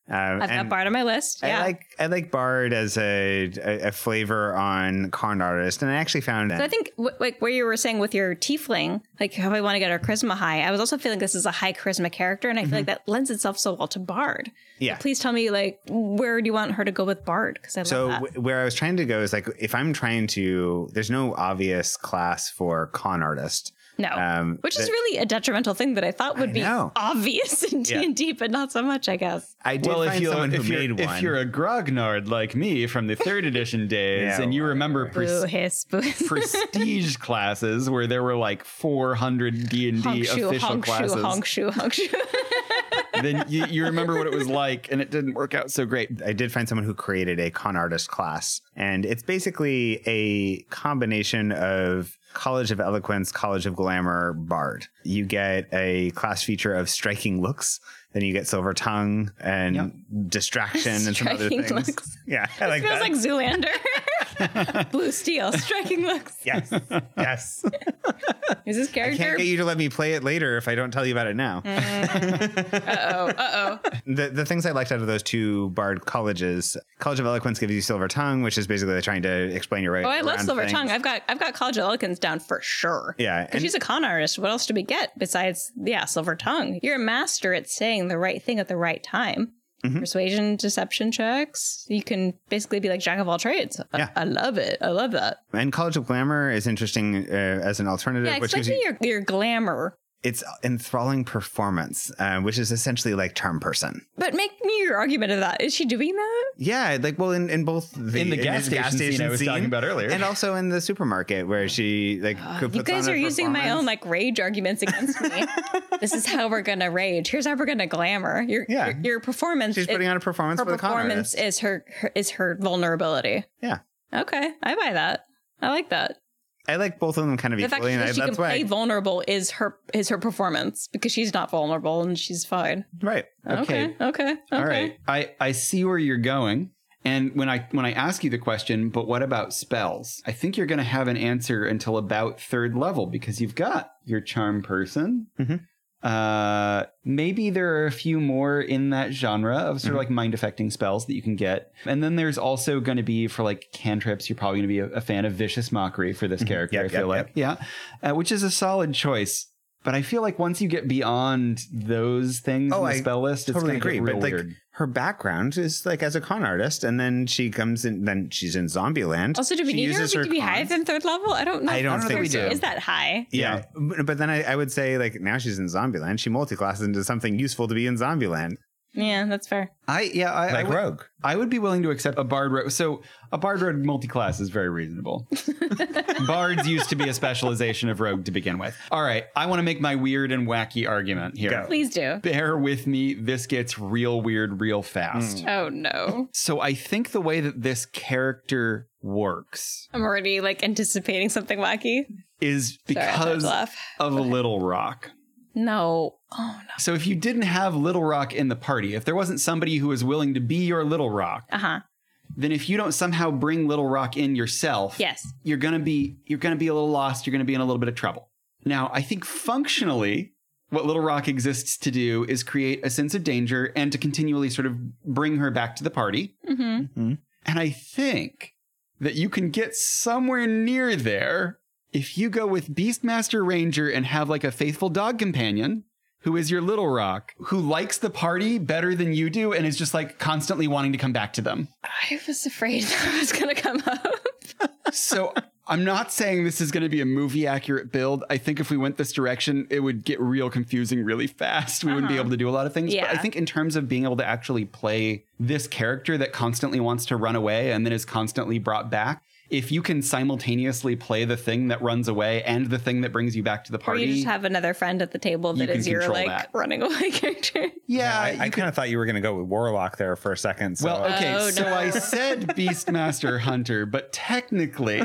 C: Um,
B: I've got
C: and
B: Bard on my list. Yeah.
C: I like I like Bard as a, a a flavor on con artist, and I actually found
B: But I
C: that.
B: think wh- like where you were saying with your tiefling, like how we want to get our charisma high. I was also feeling this is a high charisma character, and I feel like that lends itself so well to Bard.
C: Mm-hmm. Yeah.
B: Please tell me like where do you want her to go with Bard? Because I love
C: So
B: that.
C: wh- where I was trying to go is like if I'm trying to, there's no obvious class for con artist.
B: no,
C: um,
B: which is
C: the-
B: really a detrimental thing that I thought would be
C: know.
B: obvious in D and D, but not so much, I guess.
C: I did
A: well, if
C: find
A: you're
C: someone
A: if
C: who
A: you're,
C: made one.
A: if you're a grognard like me from the third edition days,
C: Yeah,
A: and you
C: well,
A: remember
B: Boo,
A: pres-
B: hiss, boo.
A: prestige classes where there were like 400 D and D
B: honk shoe,
A: official
B: honk shoe,
A: classes,
B: honk shoe, honk shoe.
A: then you, you remember what it was like, and it didn't work out so great.
C: I did find someone who created a con artist class, and it's basically a combination of College of Eloquence, College of Glamour, Bard. You get a class feature of striking looks, then you get silver tongue and
A: Yep.
C: distraction and some other
B: Striking
C: things.
B: looks.
C: Yeah, I like
B: Feels
C: that.
B: like Zoolander. Blue steel, striking looks.
C: yes, yes.
B: Is this
C: I
B: character?
C: can't get you to let me play it later if I don't tell you about it now.
B: Eh. Oh, uh oh.
C: the the things I liked out of those two Bard colleges, College of Eloquence gives you Silver Tongue, which is basically trying to explain your way.
B: Oh, I love
C: around
B: Silver
C: things.
B: Tongue. I've got I've got College of Elegance down for sure.
C: Yeah,
B: Because
C: and-
B: she's a con artist. What else do we get besides, yeah, Silver Tongue? You're a master at saying the right thing at the right time.
C: Mm-hmm.
B: Persuasion, deception checks. You can basically be like jack of all trades. I,
C: Yeah.
B: I love it. I love that.
C: And College of Glamour is interesting uh, as an alternative,
B: Yeah,
C: which gives
B: especially
C: you
B: your, your glamour.
C: it's enthralling performance, uh, which is essentially like charm person.
B: But make me your argument of that. Is she doing that?
C: Yeah, like well, in, in both the
A: In the gas station scene I was talking about earlier.
C: and also in the supermarket where she like could
B: You
C: puts on
B: guys
C: a
B: are using my own
C: performance.
B: like rage arguments against me. this is how we're gonna rage. Here's how we're gonna glamour. Your
C: Yeah.
B: your, your performance.
C: She's
B: it-
C: putting on a performance
B: her
C: for the con
B: performance
C: artist.
B: is her, her is her vulnerability.
C: Yeah,
B: Okay, I buy that. I like that.
C: I like both of them kind of
B: The fact
C: equally, and I,
B: that she can
C: that's why.
B: play vulnerable is her is her performance because she's not vulnerable and she's fine.
C: right.
B: Okay, okay, okay.
A: All right. I, I see where you're going. And when I when I ask you the question, but what about spells? I think you're going to have an answer until about third level because you've got your charm person.
C: Mhm.
A: Uh, maybe there are a few more in that genre of
C: Mm-hmm.
A: sort of like mind affecting spells that you can get. And then there's also going to be for like cantrips. You're probably going to be a, a fan of vicious mockery for this character.
C: Mm-hmm. Yep,
A: I feel
C: yep,
A: like yeah, uh, which is a solid choice. But I feel like once you get beyond those things
C: Oh,
A: on the
C: I
A: spell list, it's gonna
C: totally
A: get
C: agree.
A: real
C: But like
A: weird.
C: her background is like as a con artist, and then she comes in. Then she's in Zombieland.
B: Also, do we
C: She
B: need her
C: uses
B: to be
C: cons.
B: higher than third level? I don't know.
C: I
B: if
C: don't
B: third
C: think E-
A: we
B: level
A: do.
B: Is that high?
C: Yeah, But- but then I, I would say like now she's in Zombieland. She multiclasses into something useful to be in Zombieland,
B: Yeah, that's fair.
A: I yeah, I, I,
C: like
A: would,
C: Rogue.
A: I would be willing to accept a bard road. So a bard road multi-class is very reasonable. Bards used to be a specialization of rogue to begin with. All right, I want to make my weird and wacky argument here.
C: Go.
B: Please do.
A: Bear with me. This gets real weird real fast.
B: Oh no,
A: So I think the way that this character works
B: I'm already like anticipating something wacky.
A: is
B: Sorry, I had to
A: because
B: laugh.
A: of Little Rock.
B: No. Oh no.
A: So if you didn't have Little Rock in the party, if there wasn't somebody who was willing to be your Little Rock,
B: Uh huh.
A: then if you don't somehow bring Little Rock in yourself,
B: Yes.
A: you're gonna be you're gonna be a little lost. You're gonna be in a little bit of trouble. Now, I think functionally, what Little Rock exists to do is create a sense of danger and to continually sort of bring her back to the party.
B: Mm-hmm.
A: And I think that you can get somewhere near there if you go with Beastmaster Ranger and have like a faithful dog companion who is your Little Rock, who likes the party better than you do and is just like constantly wanting to come back to them.
B: I was afraid that was gonna come up.
A: So I'm not saying this is going to be a movie accurate build. I think if we went this direction, it would get real confusing really fast. We wouldn't be able to do a lot of things. But I
B: Uh-huh. Yeah.
A: think in terms of being able to actually play this character that constantly wants to run away and then is constantly brought back, if you can simultaneously play the thing that runs away and the thing that brings you back to the
B: Or
A: party,
B: you just have another friend at the table
A: You
B: that
A: can
B: is your
A: control
B: like
A: that.
B: running away character.
A: yeah,
C: I,
A: you
C: I
A: could-
C: kind of thought you were going to go with Warlock there for a second. So
A: Well, uh, okay,
B: Oh,
A: so
B: no.
A: I said Beastmaster Hunter, but technically,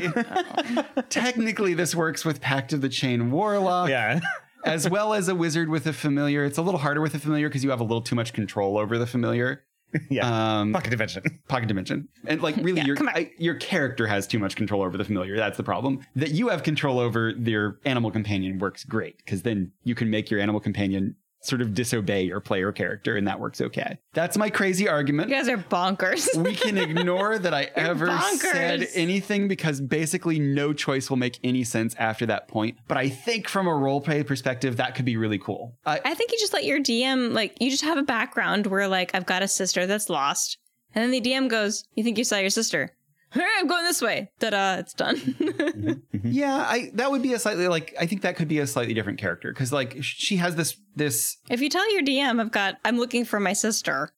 A: technically this works with Pact of the Chain Warlock.
C: yeah,
A: as well as a wizard with a familiar. It's a little harder with a familiar because you have a little too much control over the familiar.
C: yeah.
A: Um,
C: Pocket dimension.
A: pocket dimension, and like really,
B: Yeah,
A: your
B: come on.
A: I, your character has too much control over the familiar. That's the problem. That you have control over your animal companion works great because then you can make your animal companion sort of disobey your player character, and that works okay. That's my crazy argument.
B: You guys are bonkers.
A: We can ignore that I ever
B: bonkers.
A: said anything because basically no choice will make any sense after that point. But I think from a roleplay perspective, that could be really cool. I,
B: I think you just let your DM like you just have a background where like I've got a sister that's lost, and then the DM goes, "You think you saw your sister? All right, I'm going this way. Da da, it's done."
A: yeah, I that would be a slightly like I think that could be a slightly different character because like sh- she has this this
B: if you tell your DM, I've got, I'm looking for my sister.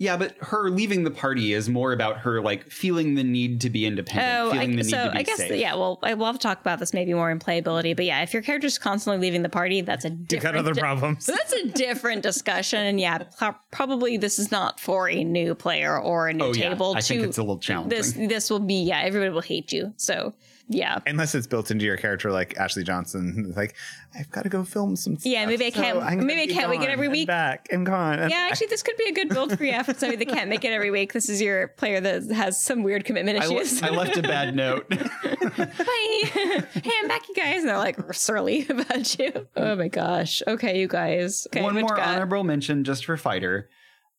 A: Yeah, but her leaving the party is more about her like feeling the need to be independent,
B: Oh,
A: feeling
B: I,
A: the need
B: so
A: to be
B: I guess
A: safe.
B: yeah. Well, I will have to talk about this maybe more in playability, but yeah, if your character's constantly leaving the party, that's a
C: You've got
B: different
C: other
B: di-
C: problems.
B: So that's a different discussion, and yeah, pro- probably this is not for a new player or a new
A: Oh, yeah.
B: table.
A: I think
B: to-
A: it's a little challenging.
B: This this will be yeah. Everybody will hate you. So yeah,
C: Unless it's built into your character, like Ashley Johnson, like I've got to go film some. Stuff,
B: Yeah, maybe I can't-
C: I'm gonna
B: maybe I
C: be
B: can't wake it
C: gone
B: every
C: and
B: week."
C: Back and gone. and
B: yeah. Actually, this could be a good build for you for somebody that can't make it every week. This is your player that has some weird commitment
A: I, le-
B: issues.
A: I left a bad note.
B: Bye. hey, I'm back, you guys. And they're like surly about you. Oh my gosh. Okay, you guys. Okay,
A: One
B: what you
A: more
B: got?
A: honorable mention just for fighter.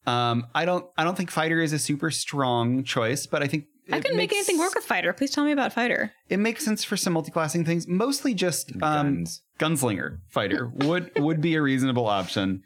A: Um, I don't I don't think fighter is a super strong choice, but I think
B: I couldn't make anything work with fighter. Please tell me about fighter.
A: It makes sense for some multiclassing things, mostly just um,
C: Guns.
A: gunslinger fighter would would be a reasonable option.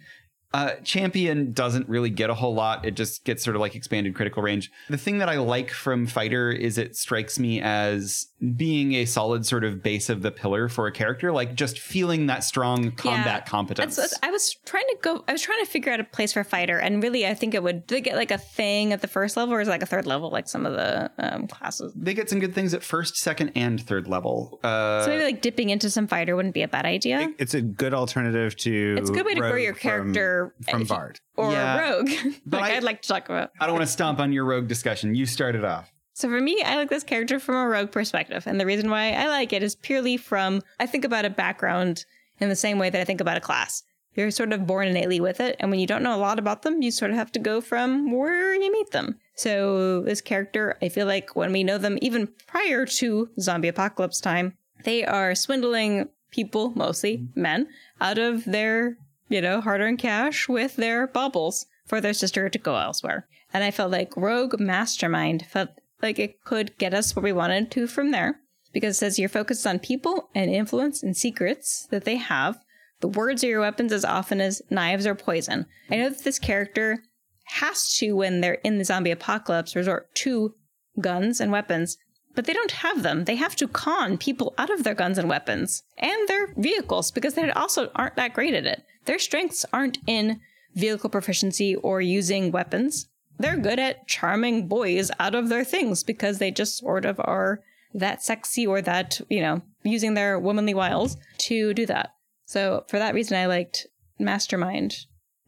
A: Uh, champion doesn't really get a whole lot. It just gets sort of like expanded critical range. The thing that I like from fighter is it strikes me as being a solid sort of base of the pillar for a character, like just feeling that strong combat competence.
B: That's, that's- I was trying to go. I was trying to figure out a place for fighter, and really, I think it would. Do they get like a thing at the first level, or is it like a third level, like some of the um, classes?
A: they get some good things at first, second, and third level. Uh,
B: So maybe like dipping into some fighter wouldn't be a bad idea.
C: It's a good alternative to.
B: it's a good way to grow
C: Rogue
B: your
C: from-
B: character
C: from,
B: if you-
C: Bard.
B: or
A: Yeah.
B: rogue.
A: But
B: like
A: I-
B: I, would like to talk about.
A: I don't want to stomp on your rogue discussion. You started off.
B: So for me, I like this character from a rogue perspective, and the reason why I like it is purely from I think about a background in the same way that I think about a class. You're sort of born innately with it, and when you don't know a lot about them, you sort of have to go from where you meet them. So this character, I feel like when we know them, even prior to zombie apocalypse time, they are swindling people, mostly men, out of their you know, hard earned cash with their baubles for their sister to go elsewhere. And I felt like Rogue Mastermind felt like it could get us where we wanted to from there because it says your focus is on people and influence and secrets that they have. The words are your weapons as often as knives or poison. I know that this character has to, when they're in the zombie apocalypse, resort to guns and weapons, but they don't have them. They have to con people out of their guns and weapons and their vehicles because they also aren't that great at it. Their strengths aren't in vehicle proficiency or using weapons. They're good at charming boys out of their things because they just sort of are that sexy or that, you know, using their womanly wiles to do that. So for that reason, I liked Mastermind.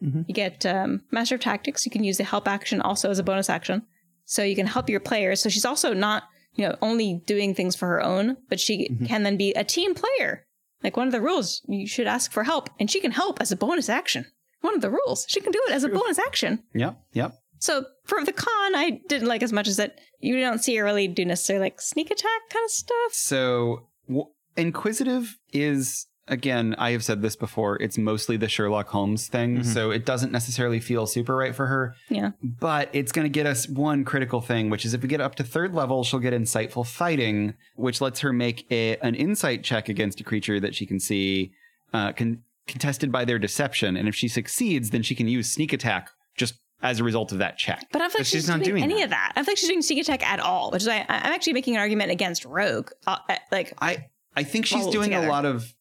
B: You get um, Master of Tactics. You can use the help action also as a bonus action so you can help your players. So she's also not, you know, only doing things for her own, but she can then be a team player. Like one of the rules, you should ask for help, and she can help as a bonus action. One of the rules, she can do it as a bonus action.
A: Yep, yep.
B: So for the con, I didn't like as much as that. You don't see her really do necessarily like sneak attack kind of stuff.
A: So w- inquisitive is again. I have said this before. It's mostly the Sherlock Holmes thing, so it doesn't necessarily feel super right for her.
B: Yeah,
A: But it's going to get us one critical thing, which is if we get up to third level, she'll get insightful fighting, which lets her make a, an insight check against a creature that she can see uh, con- contested by their deception. And if she succeeds, then she can use sneak attack just as a result of that check.
B: but I don't feel like
C: But
B: she's,
C: she's not
B: doing,
C: doing
B: any
C: that.
B: of that. I don't feel like she's doing sneak attack at all, which is I, I'm actually making an argument against Rogue. Uh, uh, like
A: I I think she's
B: All
A: doing a
B: together.
A: lot of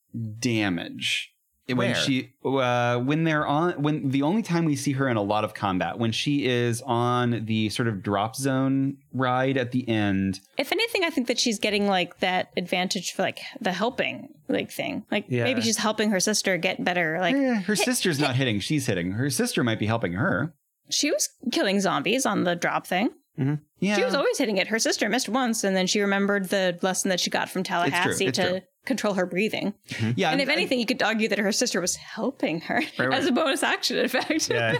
A: damage when
C: Where?
A: she uh, when they're on when the only time we see her in a lot of combat when she is on the sort of drop zone ride at the end.
B: If anything, I think that she's getting like that advantage for like the helping like thing. Like
C: Yeah.
B: maybe she's helping her sister get better. Like
A: Eh, her sister's not hitting; she's hitting. Her sister might be helping her.
B: she was killing zombies on the drop thing.
A: Yeah,
B: She was always hitting it. Her sister missed once, and then she remembered the lesson that she got from Tallahassee
A: it's
B: to
A: true.
B: control her breathing.
A: yeah.
B: and if
A: I-
B: anything, you could argue that her sister was helping her
C: right.
B: as a bonus action. In fact,
C: Yeah,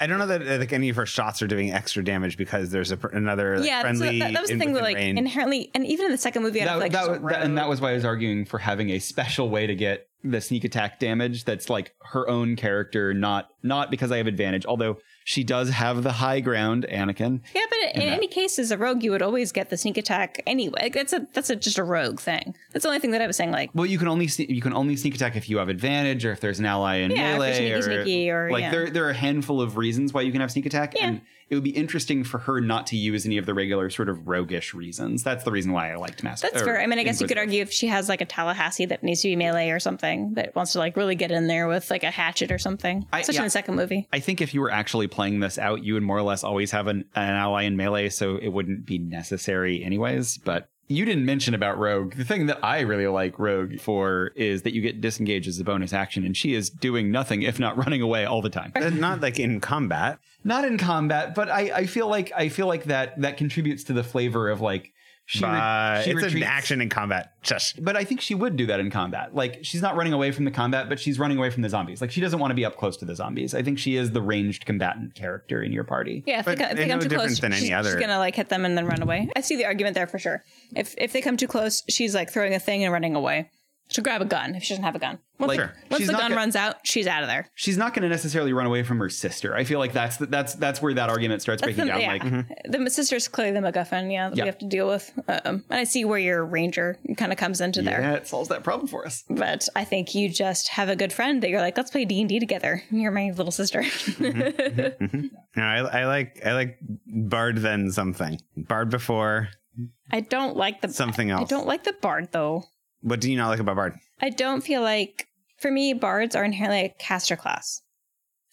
C: I don't know that uh, like any of her shots are doing extra damage because there's a, pr- another like,
B: yeah. so
C: friendly.
B: that, that was the thing that like
C: range.
B: inherently, and even in the second movie, I
A: that,
B: don't feel like
A: that
B: she's
A: was-
B: a
A: that- and
B: rogue.
A: that was why I was arguing for having a special way to get the sneak attack damage that's like her own character, not not because I have advantage. Although she does have the high ground, Anakin.
B: Yeah, but in
A: that.
B: any case, as a rogue, you would always get the sneak attack anyway. Like, That's a that's a, just a rogue thing. That's the only thing that I was saying. Like,
A: Well, you can only sne- you can only sneak attack if you have advantage, or if there's an ally in
B: Yeah, if
A: melee,
B: you're sneaky,
A: or,
B: sneaky, or-
A: like
B: yeah.
A: there there are a handful of reasons why you can have sneak attack, and it would be interesting for her not to use any of the regular sort of roguish reasons. That's the reason why I liked Master.
B: that's
A: or
B: fair. I mean, I guess you could
A: Inquisitor.
B: argue if she has like a Tallahassee that needs to be melee or something that wants to like really get in there with like a hatchet or something,
A: I-
B: especially
A: yeah.
B: in the second movie.
A: I think if you were actually playing this out, you would more or less always have an, an ally in melee, so it wouldn't be necessary anyways. But you didn't mention about Rogue. The thing that I really like Rogue for is that you get disengaged as a bonus action, and she is doing nothing if not running away all the time.
C: Uh, Not like in combat.
A: Not in combat, but I, I feel like I feel like that that contributes to the flavor of like she, re-
C: but
A: she
C: uh, it's an
A: retreats-
C: action in combat. Shush.
A: But I think she would do that in combat. Like she's not running away from the combat, but she's running away from the zombies. Like she doesn't want to be up close to the zombies. I think she is the ranged combatant character in your party.
B: Yeah, if,
C: But
B: they, co- if
C: they're
B: they come
C: no
B: too
C: different
B: close,
C: than any
B: she's,
C: other-
B: she's gonna like hit them and then run away. I see the argument there for sure. If if they come too close, she's like throwing a thing and running away. She'll grab a gun if she doesn't have a gun. Once,
A: Like,
B: the-
A: Sure.
B: once
A: she's
B: the
A: not
B: gun
A: go-
B: runs out, she's out of there.
A: She's not going to necessarily run away from her sister. I feel like that's the, that's that's where that argument starts
B: That's
A: breaking
B: the,
A: down.
B: yeah.
A: Like
B: the sister's clearly the MacGuffin. Yeah, that
A: Yeah.
B: we have to deal with. Um, and I see where your ranger kind of comes into there.
A: yeah, it solves that problem for us.
B: But I think you just have a good friend that you're like, let's play D and D together. And You're my little sister.
C: No, I, I like I like bard then something. Bard before
B: I don't like the
C: something else.
B: I don't like the bard though.
C: What do you not like about bard?
B: I don't feel like for me bards are inherently a caster class,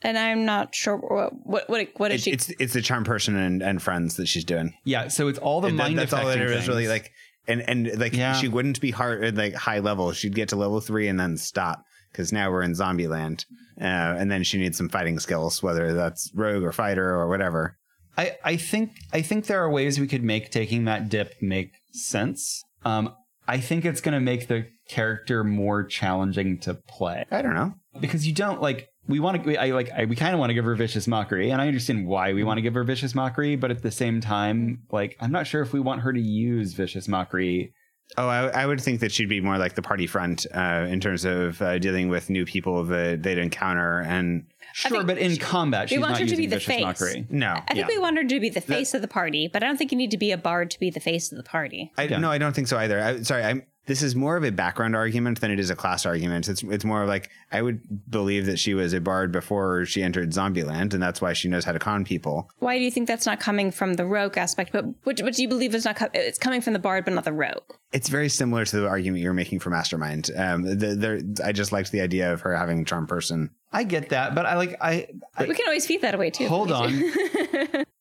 B: and I'm not sure what what what, what is
C: It,
B: she?
C: it's it's the charm person and, and friends that she's doing.
A: Yeah, so it's all the
C: And that-
A: mind.
C: that's all it
A: affecting
C: is really
A: things.
C: like. And and like
A: Yeah.
C: she wouldn't be hard uh, like high level. She'd get to level three and then stop because now we're in zombie land. Uh, and then she needs some fighting skills, whether that's rogue or fighter or whatever.
A: I, I think I think there are ways we could make taking that dip make sense. Um, I think it's going to make the character more challenging to play
C: I don't know.
A: because you don't like we want to I like I, we kind of want to give her vicious mockery and I understand why we want to give her vicious mockery, but at the same time, like I'm not sure if we want her to use vicious mockery.
C: Oh, I, I would think that she'd be more like the party front uh, in terms of uh, dealing with new people that they'd encounter. And
A: Sure,
B: think
A: but in combat, she's
B: want
A: not
B: her to
A: using
B: be the
A: vicious
B: face.
A: mockery.
C: no,
B: I think
C: yeah.
B: we want her to be the face of the party, but I don't think you need to be a bard to be the face of the party.
C: I,
A: Yeah.
C: No, I don't think so either. I, sorry, I'm. This is more of a background argument than it is a class argument. It's it's more of like I would believe that she was a bard before she entered Zombieland, and that's why she knows how to con people.
B: Why do you think that's not coming from the rogue aspect? But what, what do you believe is not co- it's coming from the bard, but not the rogue?
C: It's very similar to the argument you were making for Mastermind. Um, the, there, I just liked the idea of her having charm person.
A: I get that, but I like I
B: we can always feed that away too. if
A: Hold
B: we need
A: on.
B: to.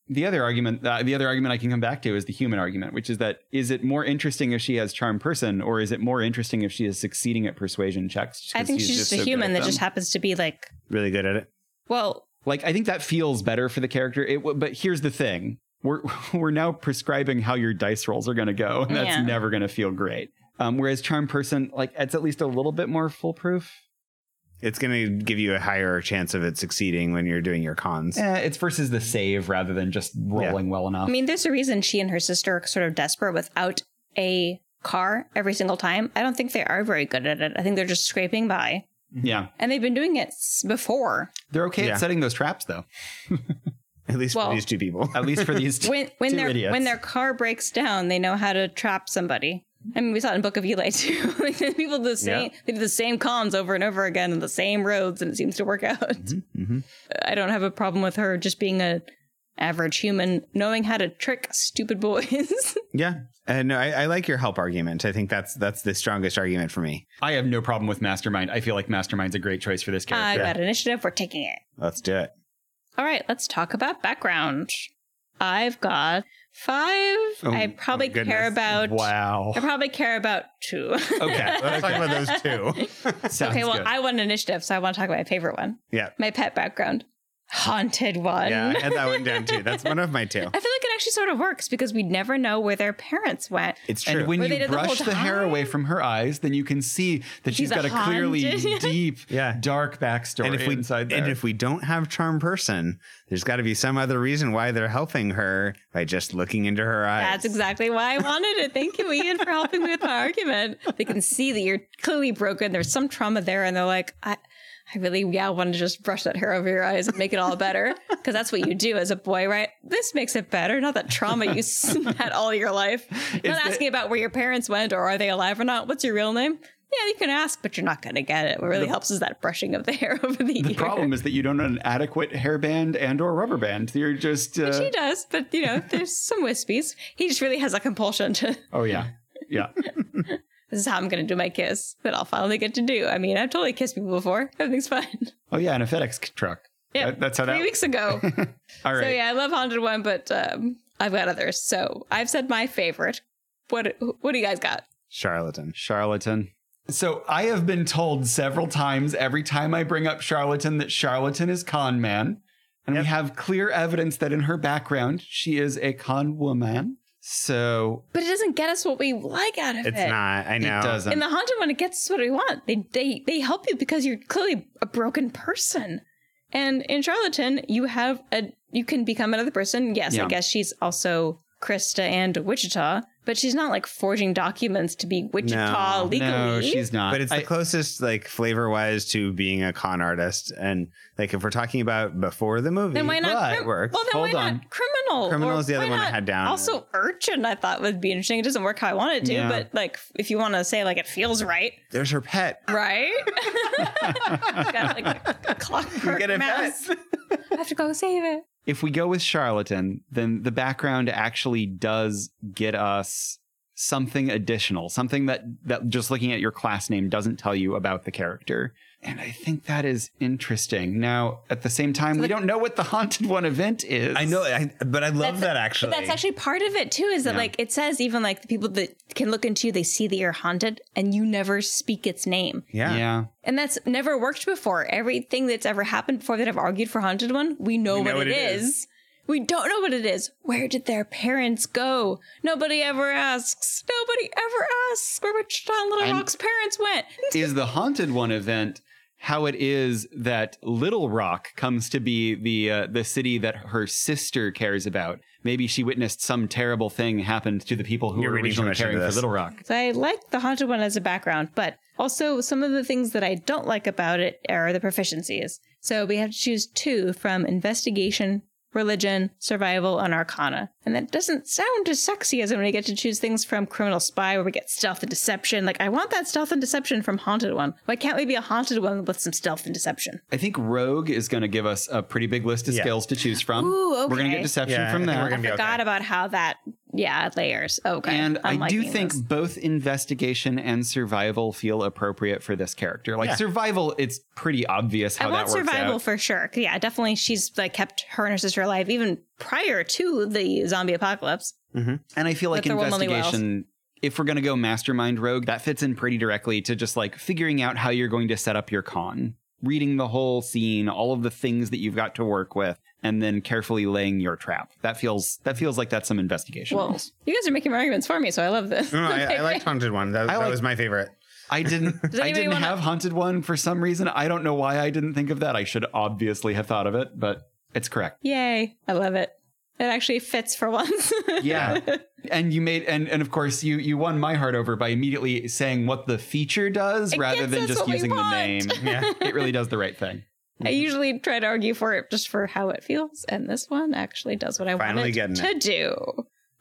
A: the other argument, uh, the other argument I can come back to is the human argument, which is that is it more interesting if she has charm person, or is it more interesting if she is succeeding at persuasion checks?
B: I
A: 'cause
B: think she's just
A: so
B: a
A: good
B: human
A: at
B: that just
A: them?
B: happens to be like,
C: Really good at it.
B: well,
A: like I think that feels better for the character. It, w- but here's the thing: we're we're now prescribing how your dice rolls are going to go, and that's
B: Yeah.
A: never going to feel great. Um, whereas charm person, like it's at least a little bit more foolproof.
C: It's going to give you a higher chance of it succeeding when you're doing your cons.
A: Eh, it's versus the save rather than just rolling well enough.
B: I mean, there's a reason she and her sister are sort of desperate without a car every single time. I don't think they are very good at it. I think they're just scraping by.
A: yeah,
B: And they've been doing it s- before.
A: they're okay
C: Yeah.
A: at setting those traps though.
C: At least
B: Well-
C: for these two people.
A: At least for these two.
B: When when
A: Two
B: their
A: idiots.
B: when their car breaks down, they know how to trap somebody. I mean, we saw it in Book of Eli too. Like, the People do the same they do the same cons over and over again on the same roads, and it seems to work out.
A: Mm-hmm,
B: I don't have a problem with her just being a average human knowing how to trick stupid boys.
C: Yeah. Uh, no, I, I like your help argument. I think that's that's the strongest argument for me.
A: I have no problem with Mastermind. I feel like Mastermind's a great choice for this character.
B: I've got initiative. We're taking it.
C: Let's do it.
B: All right, let's talk about background. I've got five.
C: Oh,
B: I probably
C: oh, goodness.
B: care about.
A: Wow.
B: I probably care about two.
A: Okay.
C: Let's talk about those two.
A: Sounds
B: okay, well,
A: good.
B: I won initiative, so I want to talk about my favorite one,
C: yeah.
B: my pet background, haunted one.
C: Yeah, I had that one down too. That's one of my two.
B: I feel like it actually sort of works because we never know where their parents went.
C: It's true.
A: and when
B: Were they
A: you
B: the
A: brush
B: whole
A: the, hair
B: time?
A: away from her eyes, then you can see that she's
B: She's a
A: got a clearly
B: haunted-
A: deep,
C: Yeah.
A: dark backstory
C: and if we
A: inside there.
C: and if we don't have charm person, there's got to be some other reason why they're helping her by just looking into her eyes.
B: That's exactly why I wanted it. Thank you, Ian, for helping me with my argument. They can see that you're clearly broken. There's some trauma there, and they're like, I, I really, yeah, want to just brush that hair over your eyes and make it all better. Because that's what you do as a boy, right? This makes it better. Not that trauma you s- had all your life. not
A: the-
B: asking about where your parents went or are they alive or not. What's your real name? Yeah, you can ask, but you're not going to get it. What really helps is that brushing of the hair over the,
A: the
B: ear.
A: problem is that you don't have an adequate hairband and or rubber band. You're just uh,
B: She does, but you know, there's some wispies. He just really has a compulsion to
A: oh yeah, yeah.
B: this is how I'm going to do my kiss that I'll finally get to do. I mean, I've totally kissed people before. Everything's fine.
A: Oh yeah, and a FedEx truck.
B: Yeah,
A: That- that's how
B: three
A: that-
B: weeks ago.
A: All
B: So
A: right.
B: yeah, I love Haunted One, but um, I've got others. So I've said my favorite. What What do you guys got?
C: Charlatan.
A: Charlatan. So I have been told several times every time I bring up Charlatan that Charlatan is con man. And
C: Yep.
A: we have clear evidence that in her background, she is a con woman. So
B: But it doesn't get us what we like out of
C: It's
B: it.
C: not. I know.
A: it doesn't.
B: In the Haunted One, it gets us what we want. They they they help you because you're clearly a broken person. And in Charlatan, you have a you can become another person. Yes,
A: Yeah.
B: I guess she's also Krista and Wichita, but she's not like forging documents to be Wichita
C: No,
B: legally.
A: No, she's not.
C: But it's the
A: I-
C: closest, like flavor wise, to being a con artist. And like if we're talking about before the movie,
B: Then why not?
C: but
B: crim-
C: works.
B: Well, then
A: Hold
B: why
A: on.
B: not criminal?
C: Criminal
B: Or
C: is the other
B: why
C: one I
B: not
C: had down.
B: Also, urchin I thought would be interesting. It doesn't work how I want it to,
A: Yeah.
B: but like if you want to say like it feels right,
C: There's her pet.
B: right? Got like a clockwork
C: get a
B: mouse. I have to go save it.
A: if we go with charlatan, then the background actually does get us something additional, something that that just looking at your class name doesn't tell you about the character. And I think that is interesting. Now, at the same time, we don't know what the haunted one event is.
C: I know, I, but I
B: That's-
C: love that
B: But
C: actually.
B: that's actually part of it too. Is that
A: Yeah.
B: like it says even like the people that can look into you, they see that you're haunted, and you never speak its name.
A: Yeah.
C: yeah.
B: And that's never worked before. Everything that's ever happened before that I've argued for Haunted One, we know,
C: know
B: what,
C: what
B: it
C: it
B: is. We don't know what it is. Where did their parents go? Nobody ever asks. Nobody ever asks where Wichita and Little
A: I'm-
B: Rock's parents went.
A: Is the haunted one event how it is that Little Rock comes to be the uh, the city that her sister cares about? Maybe she witnessed some terrible thing happened to the people who
C: You're
A: were
C: reading too
A: originally
C: much into
A: caring for
C: this.
A: Little Rock.
B: So I like the Haunted One as a background, but also some of the things that I don't like about it are the proficiencies. So we have to choose two from investigation, religion, survival, and arcana. And that doesn't sound as sexy as when we get to choose things from criminal spy where we get stealth and deception. Like I want that stealth and deception from Haunted One. Why can't we be a haunted one with some stealth and deception?
A: I think Rogue is going to give us a pretty big list of
C: Yeah.
A: skills to choose from.
B: Ooh,
A: We're going to
B: okay.
A: get deception
C: Yeah,
A: from
C: I think we're
A: that.
C: gonna be
B: Forgot
C: okay.
B: about how that yeah, layers. Okay.
A: And
B: I'm
A: I do
B: liking
A: think
B: this.
A: both investigation and survival feel appropriate for this character. Like
C: Yeah.
A: survival, it's pretty obvious how
B: I
A: that
B: want
A: works
B: survival
A: out.
B: for sure. Yeah, definitely. She's like kept her and her sister alive even prior to the zombie apocalypse.
A: and I feel like
B: But there were only whales.
A: investigation. If we're going to go mastermind rogue, that fits in pretty directly to just like figuring out how you're going to set up your con, reading the whole scene, all of the things that you've got to work with, and then carefully laying your trap. That feels that feels like that's some investigation.
B: Well, you guys are making arguments for me, so I love this.
C: No, I, I liked Haunted One. That, that
A: like-
C: was my favorite.
A: I didn't. I
B: anybody
A: didn't
B: wanna-
A: have haunted one for some reason. I don't know why I didn't think of that. I should obviously have thought of it, but it's correct.
B: Yay! I love it. It actually fits for once.
A: Yeah, and you made and and of course you you won my heart over by immediately saying what the feature does
B: It
A: rather
B: gets
A: than
B: us
A: just
B: what we
A: using the
B: want.
A: name.
C: Yeah.
A: It really does the right thing.
C: Mm-hmm.
B: I usually try to argue for it just for how it feels, and this one actually does what I
C: Finally
B: wanted
C: getting
B: to do.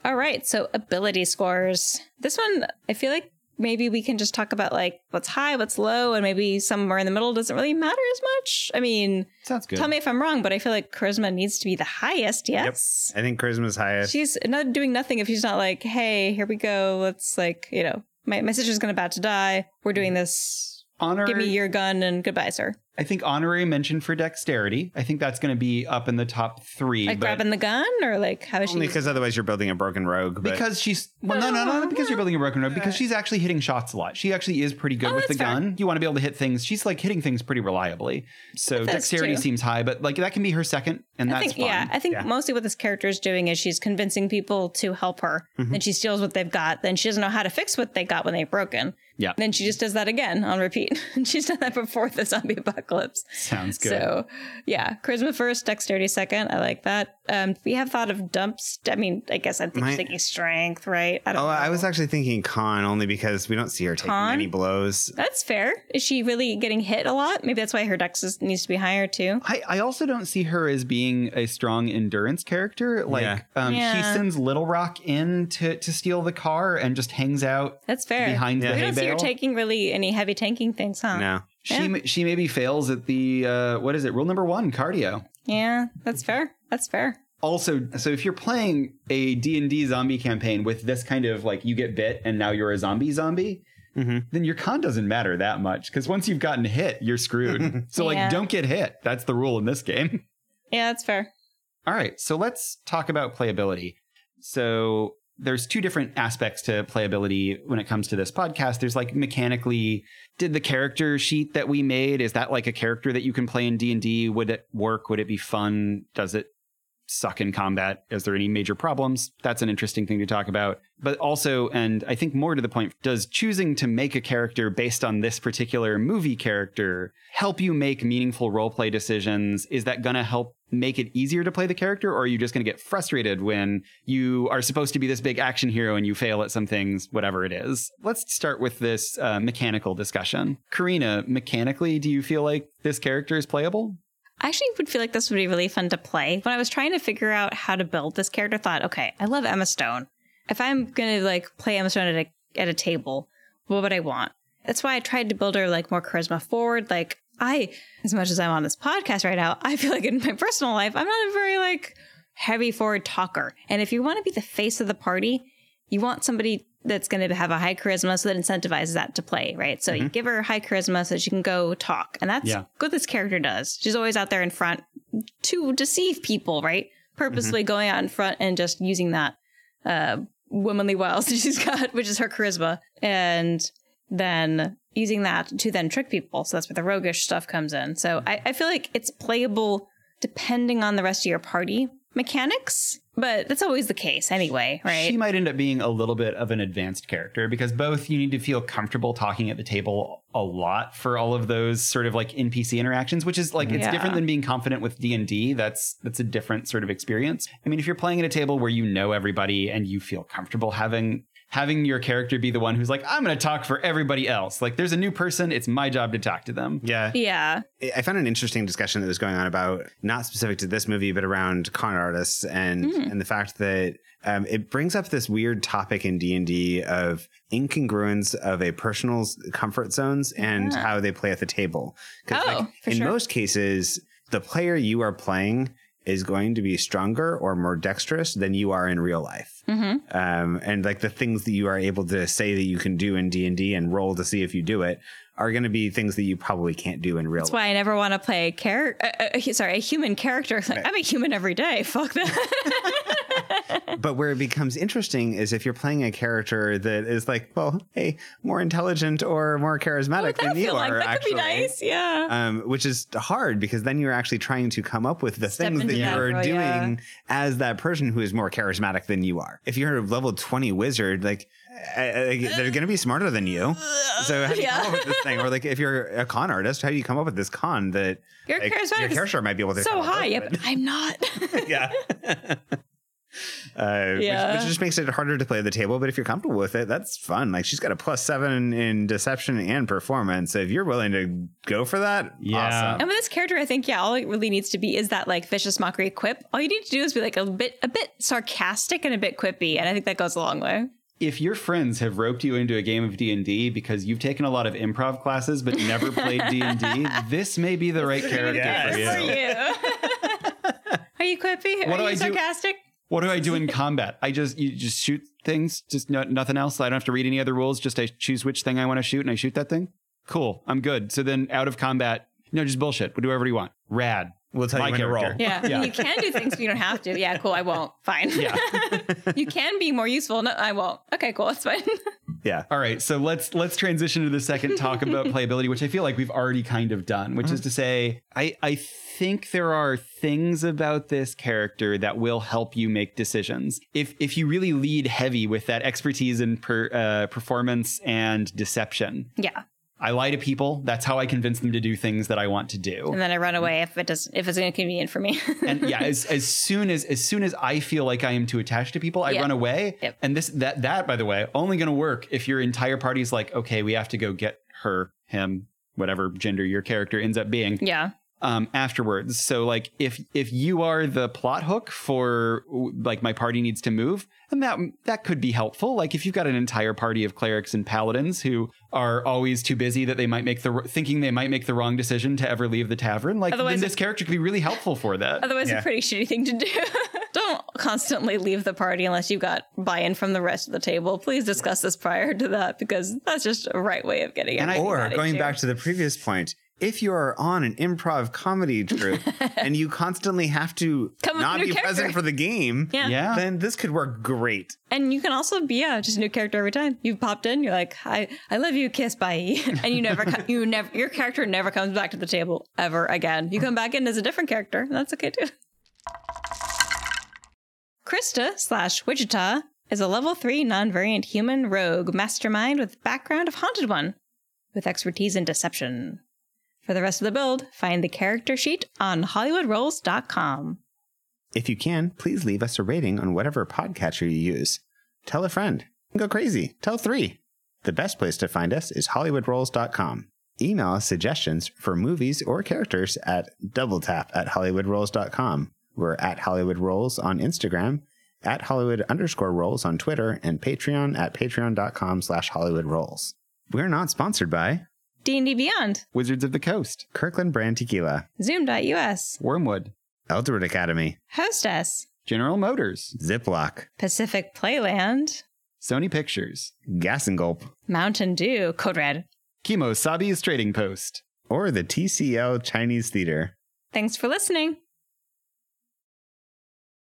B: All right, so ability scores. This one, I feel like maybe we can just talk about like what's high, what's low, and maybe somewhere in the middle doesn't really matter as much. I mean,
A: Sounds good.
B: Tell me if I'm wrong, but I feel like charisma needs to be the highest. Yes.
C: I think Charisma's highest.
B: She's not doing nothing if she's not like, hey, here we go. Let's like, you know, my, my sister's gonna about to die. We're
A: Mm.
B: doing this.
A: Honor.
B: Give me your gun and goodbye, sir.
A: I think honorary mention for dexterity. I think that's going to be up in the top three.
B: Like
A: but
B: grabbing the gun or like how is she?
C: Only because otherwise you're building a broken rogue. But
A: because she's well, no, no, no, not because you're building a broken road. Because she's actually hitting shots a lot. She actually is pretty good
B: Oh,
A: with the
B: that's fair.
A: gun. You want to be able to hit things. She's like hitting things pretty reliably. So
B: That's
A: dexterity
B: true.
A: seems high, but like that can be her second, and
B: I
A: that's
B: think
A: fine.
B: yeah, I think mostly what this character is doing is she's convincing people to help her.
A: Mm-hmm.
B: Then she steals what they've got. Then she doesn't know how to fix what they got when they've broken.
A: Yeah.
B: Then she just does that again on repeat. And she's done that before the zombie apocalypse.
A: Sounds good.
B: So, yeah, charisma first, dexterity second. I like that. Um, we have thought of dumps. I mean, I guess I'm
C: My-
B: thinking strength, right? I don't
C: oh,
B: know.
C: I was actually thinking con only because we don't see her taking
B: Con?
C: any blows.
B: That's fair. Is she really getting hit a lot? Maybe that's why her dex is, needs to be higher too.
A: I, I also don't see her as being a strong endurance character. Like
C: Yeah.
A: Um, she
B: Yeah.
A: sends Little Rock in to to steal the car and just hangs out
B: That's fair.
A: behind
C: Yeah.
A: the
B: we
A: hay
B: don't see her
A: bale.
B: taking really any heavy tanking things, huh?
C: No.
A: she
B: Yeah.
A: m- she maybe fails at the uh, what is it rule number one cardio.
B: Yeah, that's fair. That's fair.
A: also so if you're playing a d&d zombie campaign with this kind of like you get bit and now you're a zombie zombie
C: Mhm.
A: then your con doesn't matter that much because once you've gotten hit, you're screwed. so
B: Yeah.
A: like, don't get hit. That's the rule in this game.
B: Yeah, that's fair.
A: All right, so let's talk about playability. So there's two different aspects to playability when it comes to this podcast. There's like mechanically, did the character sheet that we made is that like a character that you can play in D and D? Would it work? Would it be fun? Does it suck in combat? Is there any major problems? That's an interesting thing to talk about. But also, and I think more to the point, does choosing to make a character based on this particular movie character help you make meaningful roleplay decisions? Is that going to help make it easier to play the character? Or are you just going to get frustrated when you are supposed to be this big action hero and you fail at some things, whatever it is? Let's start with this uh, mechanical discussion. Karina, mechanically, do you feel like this character is playable?
B: I actually would feel like this would be really fun to play. When I was trying to figure out how to build this character, I thought, okay, I love Emma Stone. If I'm gonna like play Emma Stone at a at a table, what would I want? That's why I tried to build her like more charisma forward. Like I, as much as I'm on this podcast right now, I feel like in my personal life, I'm not a very like heavy forward talker. And if you want to be the face of the party, you want somebody that's going to have a high charisma so that incentivizes that to play, right? So you give her high charisma so that she can go talk. And that's
A: Yeah.
B: what this character does. She's always out there in front to deceive people, right? Purposely going out in front and just using that uh, womanly wiles that she's got, which is her charisma, and then using that to then trick people. So that's where the roguish stuff comes in. So
C: Mm-hmm.
B: I, I feel like it's playable depending on the rest of your party mechanics, but that's always the case anyway, right?
A: She might end up being a little bit of an advanced character because both you need to feel comfortable talking at the table a lot for all of those sort of like NPC interactions, which is like it's
B: Yeah.
A: different than being confident with D and D. That's that's a different sort of experience. I mean, if you're playing at a table where you know everybody and you feel comfortable having having your character be the one who's like, I'm going to talk for everybody else. Like, there's a new person. It's my job to talk to them.
C: Yeah.
B: yeah.
C: I- I found an interesting discussion that was going on about not specific to this movie, but around con artists and
B: Hmm.
C: and the fact that um, it brings up this weird topic in D anD D of incongruence of a personal's comfort zones and
B: Yeah.
C: how they play at the table.
B: Oh, for
C: in
B: sure.
C: most cases, the player you are playing is going to be stronger or more dexterous than you are in real life
B: Mm-hmm.
C: um, and like the things that you are able to say that you can do in d&d and roll to see if you do it are going to be things that you probably can't do in real
B: That's
C: life
B: why I never want to play a character, uh, uh, sorry, a human character. Like, I'm a human every day. Fuck that.
C: but where it becomes interesting is if you're playing a character that is like well hey more intelligent or more charismatic
B: I
C: than you
B: feel like
C: are
B: that
C: actually
B: could be nice. Yeah.
C: um, which is hard because then you're actually trying to come up with the
B: Step
C: things
B: into
C: that
B: that
C: you're
B: role,
C: doing
B: yeah.
C: as that person who is more charismatic than you are. If you're a level 20 wizard, like I, I, like, they're going to be smarter than you. So how do you
B: Yeah.
C: come up with this thing? Or like if you're a con artist, how do you come up with this con that
B: Your
C: like,
B: charismatic
C: your
B: is
C: character might be able to
B: so
C: come up
B: high, yeah,
C: with?
B: but I'm not.
C: yeah. Uh,
B: Yeah.
C: which, which just makes it harder to play at the table. But if you're comfortable with it, that's fun. Like she's got a plus seven in deception and performance. So if you're willing to go for that,
A: Yeah.
C: awesome.
B: and with this character, I think yeah, all it really needs to be is that like vicious mockery quip. All you need to do is be like a bit, a bit sarcastic and a bit quippy, and I think that goes a long way.
A: if your friends have roped you into a game of D&D because you've taken a lot of improv classes but never played D&D, this may be the right character
C: Yes.
A: for you.
B: For you. Are you quippy?
A: What
B: Are
A: do
B: you
A: I do-
B: sarcastic?
A: What do I do in combat? I just you just shoot things, just no, nothing else. I don't have to read any other rules, just I choose which thing I want to shoot and I shoot that thing. Cool. I'm good. So then out of combat, no just bullshit. Do whatever you want. Rad.
C: We'll tell
A: My
C: you when to roll.
A: character.
B: Yeah.
A: Yeah.
B: you can do things, but you don't have to. Yeah, cool. I won't. Fine.
A: Yeah.
B: you can be more useful. No, I won't. Okay, cool. That's fine.
C: Yeah.
A: All right, so let's let's transition to the second talk about playability, which I feel like we've already kind of done, which is to say, I I think there are things about this character that will help you make decisions. If if you really lead heavy with that expertise in per, uh, performance and deception,
B: yeah.
A: I lie to people. That's how I convince them to do things that I want to do
B: And then I run away if it does if it's inconvenient for me.
A: and yeah, as, as soon as as soon as I feel like I am too attached to people, I
B: Yeah.
A: run away.
B: Yep.
A: And this that that by the way, only going to work if your entire party's like, okay, we have to go get her, him, whatever gender your character ends up being
B: yeah.
A: um, afterwards. So like if if you are the plot hook for w- like my party needs to move, and that that could be helpful. Like if you've got an entire party of clerics and paladins who are always too busy that they might make the r- thinking they might make the wrong decision to ever leave the tavern, like
B: Otherwise
A: then
B: it-
A: this character could be really helpful for that.
B: Otherwise,
C: Yeah.
B: a pretty shitty thing to do. Don't constantly leave the party unless you got buy-in from the rest of the table. Please discuss this prior to that because that's just a right way of getting.
A: And I-
B: everybody
C: or
B: mad at
C: going
B: you.
C: back to the previous point if you're on an improv comedy group and you constantly have to
B: Come up with
C: not
B: a
C: be
B: new character.
C: present for the game
B: Yeah.
A: Yeah.
C: then this could work great
B: And you can also be yeah, just a new character every time. You've popped in, you're like, I, I love you, kiss, bye. And you never co- you never your character never comes back to the table ever again. You come back in as a different character, and that's okay too. Krista slash Wichita is a level three non-variant human rogue mastermind with background of haunted one, with expertise in deception. For the rest of the build, find the character sheet on HollywoodRolls.com.
C: if you can please leave us a rating on whatever podcatcher you use tell a friend go crazy tell three the best place to find us is hollywoodrolls.com email us suggestions for movies or characters at doubletap at hollywoodrolls.com we're at hollywoodrolls on instagram at Hollywood underscore rolls on Twitter and Patreon at patreon.com slash Hollywood rolls. We're not sponsored by
B: D&D Beyond,
A: Wizards of the Coast,
C: Kirkland Brand Tequila,
B: Zoom.us,
A: Wormwood,
C: Eldred Academy,
B: Hostess,
A: General Motors,
C: Ziploc,
B: Pacific Playland,
A: Sony Pictures,
C: Gas and Gulp,
B: Mountain Dew, Code Red.
A: Kimo Sabi's Trading Post.
C: or the TCL Chinese Theater.
B: Thanks for listening.